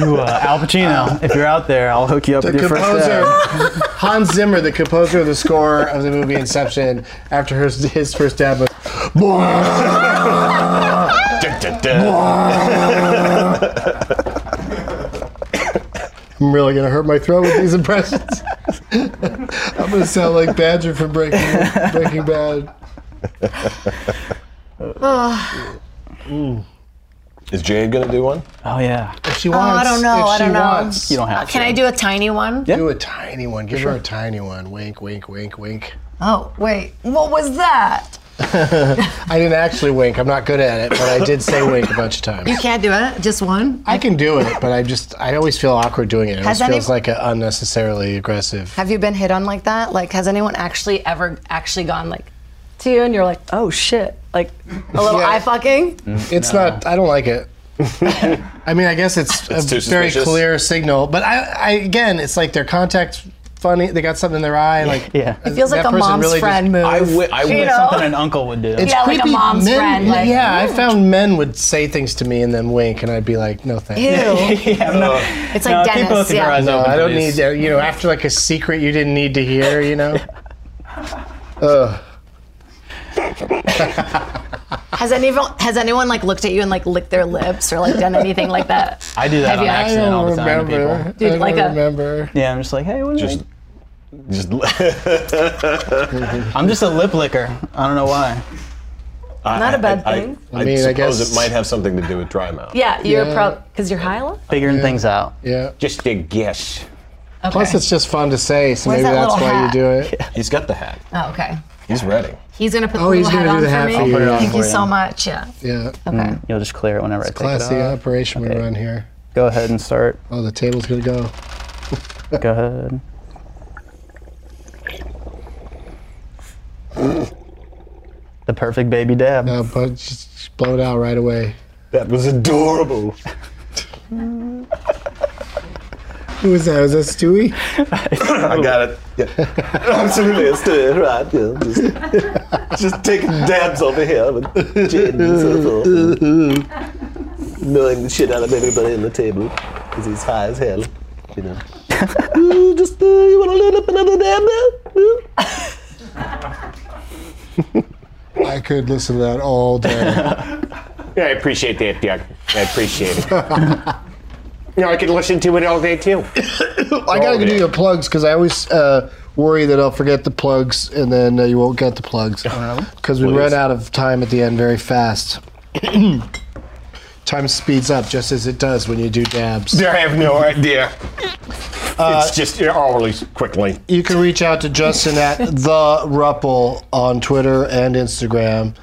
Speaker 7: Ooh, uh, Al Pacino, if you're out there, I'll hook you up
Speaker 1: The
Speaker 7: with your first
Speaker 1: composer
Speaker 7: dab.
Speaker 1: Hans Zimmer, the composer of the score of the movie Inception, after his, his first dab was.
Speaker 3: Da, da, da.
Speaker 1: I'm really gonna hurt my throat with these impressions. I'm gonna sound like Badger from Breaking Breaking Bad.
Speaker 3: Is Jade gonna do one?
Speaker 7: Oh yeah.
Speaker 1: If she wants,
Speaker 4: I don't know,
Speaker 1: If
Speaker 4: I
Speaker 1: she
Speaker 4: don't know.
Speaker 1: wants,
Speaker 7: You don't have
Speaker 4: Can
Speaker 7: to.
Speaker 4: I do a tiny one?
Speaker 7: Yeah.
Speaker 1: do a tiny one. Give her a tiny one. Wink, wink, wink, wink.
Speaker 4: Oh, wait. What was that?
Speaker 1: I didn't actually wink. I'm not good at it, but I did say wink a bunch of times.
Speaker 4: You can't do it? Just one?
Speaker 1: I can do it, but I just I always feel awkward doing it. It always
Speaker 2: any-
Speaker 1: feels like an unnecessarily aggressive.
Speaker 2: Have you been hit on like that? Like, has anyone actually ever actually gone like to you and you're like, oh shit, like a little
Speaker 1: Yeah. Mm-hmm.
Speaker 2: eye fucking?
Speaker 1: It's not. I don't like it. I mean, I guess it's
Speaker 3: It's
Speaker 1: a
Speaker 3: too
Speaker 1: very
Speaker 3: suspicious.
Speaker 1: clear signal, but I, I again, it's like their contact's funny. They got something in their eye. Like
Speaker 7: Yeah.
Speaker 1: that
Speaker 7: It
Speaker 2: Feels like a
Speaker 1: person
Speaker 2: mom's
Speaker 1: really just-
Speaker 2: friend move.
Speaker 3: I wi- I wi-
Speaker 2: know?
Speaker 7: Something an uncle would do.
Speaker 1: It's
Speaker 2: Yeah, like a
Speaker 1: creepy.
Speaker 2: mom's
Speaker 1: Men-
Speaker 2: friend, like, mm.
Speaker 1: yeah, I found men would say things to me and then wink, and I'd be like, "No thanks."
Speaker 2: Ew.
Speaker 7: yeah, I'm not-
Speaker 2: It's like
Speaker 7: keep
Speaker 2: Dennis,
Speaker 7: both of your
Speaker 2: yeah.
Speaker 7: eyes
Speaker 1: Uh, No,
Speaker 7: open
Speaker 1: I
Speaker 7: to
Speaker 1: don't need
Speaker 7: these.
Speaker 1: that. You know, after like a secret you didn't need to hear, you know? Ugh.
Speaker 2: Has anyone has anyone like looked at you and like licked their lips or like done anything like that?
Speaker 7: I do
Speaker 2: Have
Speaker 7: that on
Speaker 2: you- I
Speaker 1: I
Speaker 7: accident all
Speaker 1: don't
Speaker 7: the time to
Speaker 1: remember.
Speaker 7: people.
Speaker 1: I
Speaker 2: Dude,
Speaker 1: don't
Speaker 2: like a-
Speaker 1: remember.
Speaker 7: Yeah, I'm just like, hey, what do you
Speaker 3: Just-
Speaker 7: think?
Speaker 3: Just
Speaker 7: I'm just a lip licker. I don't know why.
Speaker 2: Not
Speaker 3: a
Speaker 2: a bad thing.
Speaker 3: I,
Speaker 1: I mean, I
Speaker 3: suppose
Speaker 1: guess-
Speaker 3: it might have something to do with dry mouth.
Speaker 2: Yeah, you're
Speaker 1: Yeah.
Speaker 2: probably because you're high a lot.
Speaker 7: Figuring things out.
Speaker 1: Yeah.
Speaker 3: Just a guess.
Speaker 2: Okay.
Speaker 1: Plus, it's just fun to say, so
Speaker 2: Where's
Speaker 1: maybe
Speaker 2: that
Speaker 1: that's why
Speaker 2: little hat?
Speaker 1: you do it.
Speaker 3: He's got the hat.
Speaker 2: oh, okay.
Speaker 3: He's ready.
Speaker 2: He's gonna put the
Speaker 1: Oh, he's
Speaker 2: little hat
Speaker 1: gonna do
Speaker 2: on
Speaker 1: the hat
Speaker 2: for me.
Speaker 1: for Mm. you. I'll put it on
Speaker 2: Thank you
Speaker 7: for
Speaker 2: so
Speaker 7: you.
Speaker 2: much. Yeah.
Speaker 1: Yeah.
Speaker 2: Okay.
Speaker 7: You'll just clear it whenever I take
Speaker 1: Classy
Speaker 7: it off.
Speaker 1: operation we
Speaker 7: Okay.
Speaker 1: run here.
Speaker 7: Go ahead and start.
Speaker 1: Oh, the table's gonna go.
Speaker 7: Go ahead. The perfect baby dab.
Speaker 1: Uh, but just just blow it out right away.
Speaker 3: That was adorable.
Speaker 1: Who was that? Was that Stewie?
Speaker 3: I got it. Yeah. Absolutely, it's it, right? Yeah, just, just taking dabs over here and Jade and so forth. and Knowing the shit out of everybody on the table because he's high as hell, you know. Ooh, just uh, you want to load up another dab now? Ooh.
Speaker 1: I could listen to that all day.
Speaker 6: Yeah, I appreciate that, Doug. I appreciate it. you know, I could listen to it all day too.
Speaker 1: I gotta do your plugs because I always uh, worry that I'll forget the plugs and then uh, you won't get the plugs because we run out of time at the end very fast. time speeds up just as it does when you do dabs.
Speaker 6: I have no idea.
Speaker 3: Uh,
Speaker 6: it's just hourly, quickly.
Speaker 1: You can reach out to Justin at the Ruppel on Twitter and Instagram.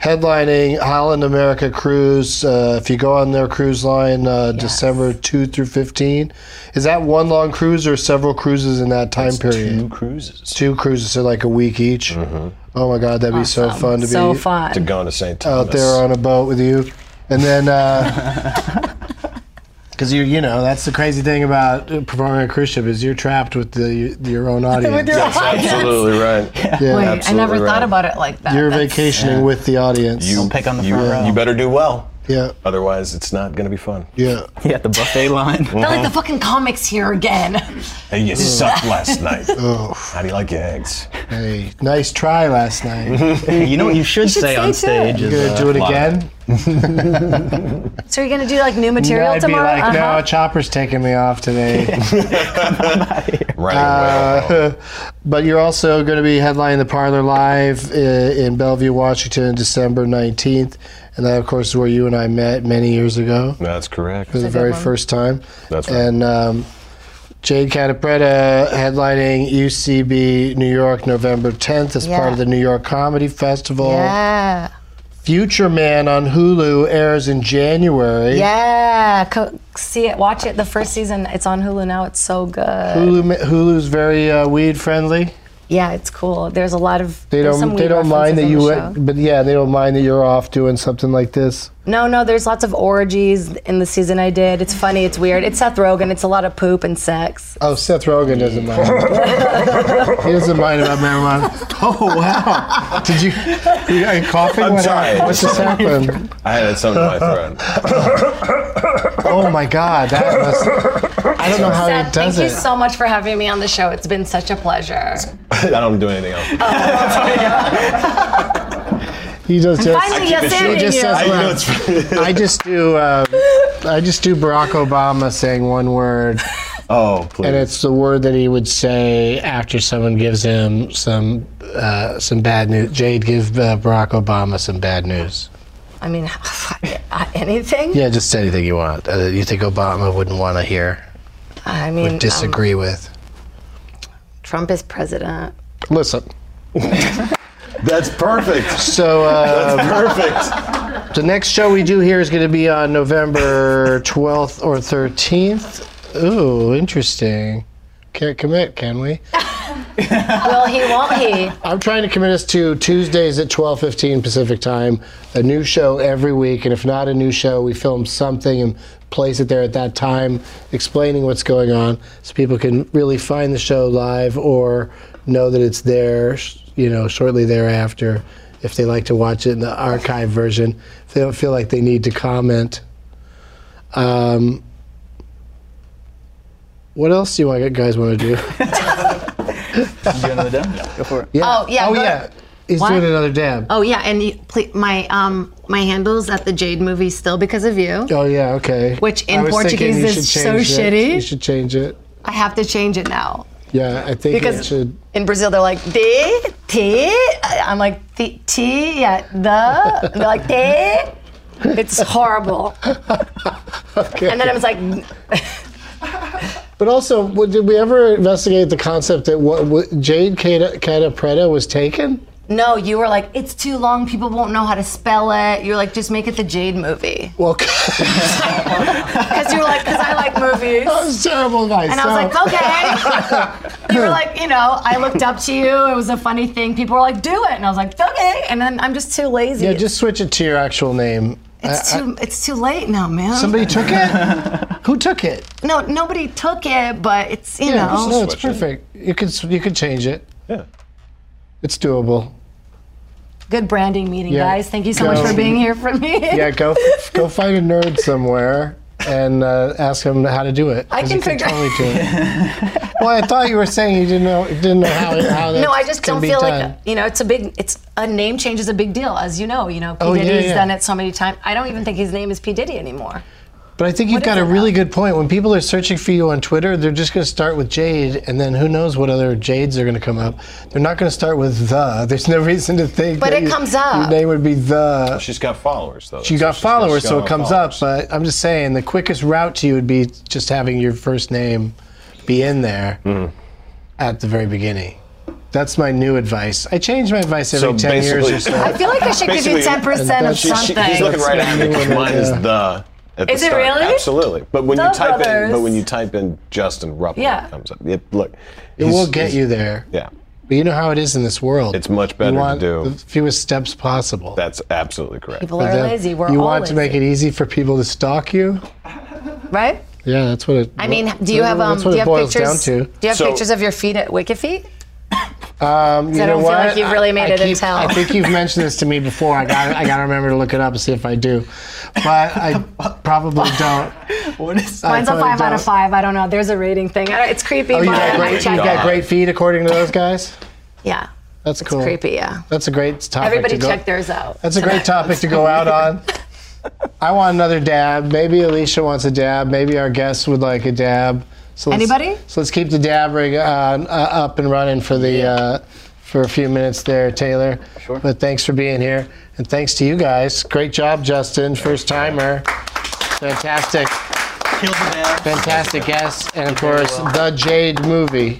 Speaker 1: Headlining Holland America Cruise. Uh, if you go on their cruise line, uh, December 2 through 15. Is that one long cruise or several cruises in that time period?
Speaker 3: Two cruises
Speaker 1: two cruises are like a week each. Oh my god, that'd be so fun to
Speaker 2: so
Speaker 1: be
Speaker 2: fun.
Speaker 3: to go to St. Thomas.
Speaker 1: out there on a boat with you, and then because you you know that's the crazy thing about performing on a cruise ship is you're trapped with the your own audience.
Speaker 3: That's absolutely right.
Speaker 1: Yeah.
Speaker 4: Wait, I
Speaker 3: absolutely
Speaker 4: never
Speaker 3: right.
Speaker 4: thought about it like that.
Speaker 1: You're
Speaker 4: That's-
Speaker 1: vacationing with the audience.
Speaker 7: Don't pick on the
Speaker 3: you,
Speaker 7: front row.
Speaker 3: you better do well.
Speaker 1: yeah,
Speaker 3: Otherwise, it's not going to be fun.
Speaker 1: yeah.
Speaker 7: You got the buffet line.
Speaker 4: They're like the fucking comics here again.
Speaker 3: Hey, you sucked last night. How do you like your eggs?
Speaker 1: Hey, nice try last night.
Speaker 7: you know what you should, say, on
Speaker 2: say
Speaker 7: stage
Speaker 1: You
Speaker 7: is
Speaker 1: gonna
Speaker 7: uh,
Speaker 1: do it
Speaker 3: fly.
Speaker 1: again?
Speaker 2: So you're gonna do like new material
Speaker 1: I'd be
Speaker 2: tomorrow?
Speaker 1: like,
Speaker 2: Uh-huh.
Speaker 1: no, Chopper's taking me off today.
Speaker 3: Right. well,
Speaker 1: Uh, but you're also going to be headlining the Parlor Live i- in Bellevue, Washington, December 19th. And that, of course, is where you and I met many years ago
Speaker 3: that's correct.
Speaker 1: for the very first time.
Speaker 3: That's right.
Speaker 1: And um, Jade Catapretta headlining UCB New York November 10th as
Speaker 4: Yeah.
Speaker 1: part of the New York Comedy Festival.
Speaker 4: Yeah.
Speaker 1: Future Man on Hulu airs in January.
Speaker 2: Yeah, co- see it, watch it. The first season, it's on Hulu now. It's so good.
Speaker 1: Hulu, ma- Hulu's very uh, weed friendly.
Speaker 2: Yeah, it's cool. There's a lot of
Speaker 1: They
Speaker 2: there's
Speaker 1: don't.
Speaker 2: some
Speaker 1: They
Speaker 2: weird
Speaker 1: don't mind
Speaker 2: references
Speaker 1: that
Speaker 2: on
Speaker 1: you.
Speaker 2: the
Speaker 1: went-
Speaker 2: show.
Speaker 1: But yeah, they don't mind that you're off doing something like this.
Speaker 2: No, no. There's lots of orgies in the season I did. It's funny. It's weird. It's Seth Rogen. It's a lot of poop and sex.
Speaker 1: Oh, Seth Rogen doesn't mind. he doesn't mind about marijuana. Oh wow! Did you? you- Are you coughing?
Speaker 3: I'm
Speaker 1: What
Speaker 3: sorry.
Speaker 1: happened? What just happened?
Speaker 3: I had something in my throat.
Speaker 1: Oh my God! That was. I don't know how
Speaker 2: Seth,
Speaker 1: he
Speaker 2: thank
Speaker 1: does
Speaker 2: you
Speaker 1: it.
Speaker 2: so much for having me on the show. It's been such a pleasure.
Speaker 3: I don't do anything else.
Speaker 1: Uh, He does just.
Speaker 2: Finally, yes,
Speaker 1: He just
Speaker 2: you.
Speaker 1: says,
Speaker 3: you know,
Speaker 1: "Well,
Speaker 3: it's-
Speaker 1: I just do. Uh, I just do Barack Obama saying one word,
Speaker 3: oh, please.
Speaker 1: and it's the word that he would say after someone gives him some uh, some bad news. Jade, give uh, Barack Obama some bad news.
Speaker 2: I mean, anything.
Speaker 1: Yeah, just anything you want. Uh, you think Obama wouldn't want to hear?
Speaker 2: I mean, um,
Speaker 1: disagree with.
Speaker 2: Trump is president.
Speaker 1: Listen.
Speaker 3: That's perfect.
Speaker 1: So uh,
Speaker 3: perfect.
Speaker 1: the next show we do here is going to be on November 12th or 13th. Ooh, interesting. Can't commit, can we?
Speaker 2: Will he? Won't he?
Speaker 1: I'm trying to commit us to Tuesdays at 12:15 Pacific time, a new show every week, and if not a new show, we film something and place it there at that time, explaining what's going on, so people can really find the show live or know that it's there, sh- you know, shortly thereafter, if they like to watch it in the archive version. If they don't feel like they need to comment. Um, what else do you want- guys want to do?
Speaker 7: do another demo. Go for it.
Speaker 1: Yeah.
Speaker 4: Oh, yeah,
Speaker 1: Oh
Speaker 4: go-
Speaker 1: yeah. He's
Speaker 2: What?
Speaker 1: doing another dab.
Speaker 2: Oh yeah, and you, ple my um my handle's at the Jade movie still because of you.
Speaker 1: Oh yeah, okay.
Speaker 2: Which in
Speaker 1: I was thinking
Speaker 2: Portuguese
Speaker 1: you
Speaker 2: is
Speaker 1: should
Speaker 2: so
Speaker 1: change it.
Speaker 2: shitty.
Speaker 1: You should change it.
Speaker 2: I have to change it now.
Speaker 1: Yeah, I think it
Speaker 2: Because-
Speaker 1: should.
Speaker 2: In Brazil, they're like de te. I'm like "Ti- ti, yeah, the. And they're like te. It's horrible.
Speaker 1: Okay.
Speaker 2: And then I was like,
Speaker 1: but also, w- did we ever investigate the concept that what, what Jade Cata, Catapretta was taken?
Speaker 2: no, you were like, it's too long. People won't know how to spell it. You're like, just make it the Jade movie.
Speaker 1: Well,
Speaker 2: Because you were like, because I like movies.
Speaker 1: that was terrible advice.
Speaker 2: And I was
Speaker 1: so-
Speaker 2: like, "Oh, okay. you were like, you know, I looked up to you. It was a funny thing. People were like, do it. And I was like, okay. And then I'm just too lazy.
Speaker 1: yeah, just switch it to your actual name.
Speaker 2: it's
Speaker 1: I- I-
Speaker 2: too it's too late now, man.
Speaker 1: somebody took it. Who took it?
Speaker 2: no, nobody took it, but it's you
Speaker 1: Yeah,
Speaker 2: know.
Speaker 1: no, it's
Speaker 3: Switch it.
Speaker 1: perfect. You could s- you could change it.
Speaker 3: Yeah.
Speaker 1: It's doable.
Speaker 2: Good branding meeting,
Speaker 1: Yeah.
Speaker 2: guys. Thank you so
Speaker 1: Go.
Speaker 2: much for being here for me.
Speaker 1: Yeah, go go find a nerd somewhere. and uh, ask him how to do it.
Speaker 4: I
Speaker 1: 'cause
Speaker 4: can
Speaker 1: he
Speaker 4: figure-
Speaker 1: totally do it. well, I thought you were saying you didn't know didn't know how how that
Speaker 4: No, I just
Speaker 1: can
Speaker 4: don't
Speaker 1: be
Speaker 4: feel
Speaker 1: done.
Speaker 4: like you know. It's a big. It's a name change is a big deal, as you know. You know, P
Speaker 1: Oh, yeah,
Speaker 4: Diddy's
Speaker 1: yeah.
Speaker 4: done it so many times. I don't even think his name is P Diddy anymore.
Speaker 1: But I think you've got
Speaker 4: What is
Speaker 1: a
Speaker 4: it
Speaker 1: really good point. When people are searching for you on Twitter, they're just going to start with Jade, and then who knows what other Jades are going to come up. They're not going to start with the. There's no reason to think.
Speaker 4: But
Speaker 1: that
Speaker 4: it
Speaker 1: you-
Speaker 4: comes up.
Speaker 1: Your name would be the.
Speaker 3: She's got followers though.
Speaker 1: You
Speaker 3: So
Speaker 1: got
Speaker 3: she's
Speaker 1: followers,
Speaker 3: she's
Speaker 1: so
Speaker 3: got
Speaker 1: it comes
Speaker 3: followers.
Speaker 1: up. uh, But I'm just saying, the quickest route to you would be just having your first name be in there
Speaker 3: Mm-hmm.
Speaker 1: at the very beginning. That's my new advice. I change my advice every
Speaker 3: So
Speaker 1: 10 years or
Speaker 3: basically-
Speaker 1: so.
Speaker 4: I feel like I should give you
Speaker 3: Basically,
Speaker 4: ten percent of
Speaker 1: she- she-
Speaker 4: something.
Speaker 1: she's
Speaker 3: She's looking right at me because mine is
Speaker 1: uh,
Speaker 3: the. At
Speaker 2: Is
Speaker 3: the
Speaker 2: it
Speaker 3: start.
Speaker 2: really?
Speaker 3: Absolutely. But when you
Speaker 2: The
Speaker 3: type in, but
Speaker 2: brothers.
Speaker 3: when you type in Justin Ruppel,
Speaker 2: Yeah.
Speaker 3: it comes up. It, look,
Speaker 1: It will get you there.
Speaker 3: Yeah,
Speaker 1: But you know how it is in this world.
Speaker 3: It's much better
Speaker 1: you
Speaker 3: to
Speaker 1: want
Speaker 3: do-
Speaker 1: the fewest steps possible.
Speaker 3: that's absolutely correct.
Speaker 2: People are
Speaker 1: That-
Speaker 2: lazy. We're
Speaker 1: uh, you
Speaker 2: all
Speaker 1: want to
Speaker 2: lazy,
Speaker 1: make it easy for people to stalk you?
Speaker 2: right?
Speaker 1: Yeah, that's what it. I
Speaker 4: mean, do you have um?
Speaker 1: That's
Speaker 4: Do
Speaker 1: what
Speaker 4: you
Speaker 1: it
Speaker 4: have
Speaker 1: boils
Speaker 4: pictures?
Speaker 1: down to.
Speaker 4: Do you have
Speaker 3: So-
Speaker 4: pictures of your feet at Wicked Feet?
Speaker 1: Um, you
Speaker 2: I
Speaker 1: know
Speaker 2: don't feel
Speaker 1: what?
Speaker 2: like you've really made it
Speaker 1: keep,
Speaker 2: until-
Speaker 1: I think you've mentioned this to me before. I got I got to remember to look it up and see if I do, but I probably don't.
Speaker 7: What is that?
Speaker 2: Mine's a
Speaker 1: probably
Speaker 2: five out
Speaker 1: don't.
Speaker 2: of five. I don't know. There's a rating thing. I don't- It's creepy.
Speaker 1: Oh, you
Speaker 2: but
Speaker 1: got
Speaker 2: I
Speaker 1: great, you
Speaker 2: check
Speaker 1: got
Speaker 2: it.
Speaker 1: great feet according to those guys.
Speaker 2: Yeah.
Speaker 1: That's
Speaker 2: It's
Speaker 1: cool.
Speaker 2: creepy. Yeah.
Speaker 1: That's a great topic.
Speaker 2: Everybody
Speaker 1: to go,
Speaker 2: check theirs out.
Speaker 1: That's a great topic to go out on. I want another dab. Maybe Alicia wants a dab. Maybe our guests would like a dab. So let's-
Speaker 2: Anybody?
Speaker 1: So let's keep the dab rig uh, uh, up and running for the uh, for a few minutes there, Taylor. Sure. But thanks for being here, and thanks to you guys. Great job, Justin, first timer. Fantastic,
Speaker 7: Kill the dad.
Speaker 1: fantastic guest, and of course the Jade movie.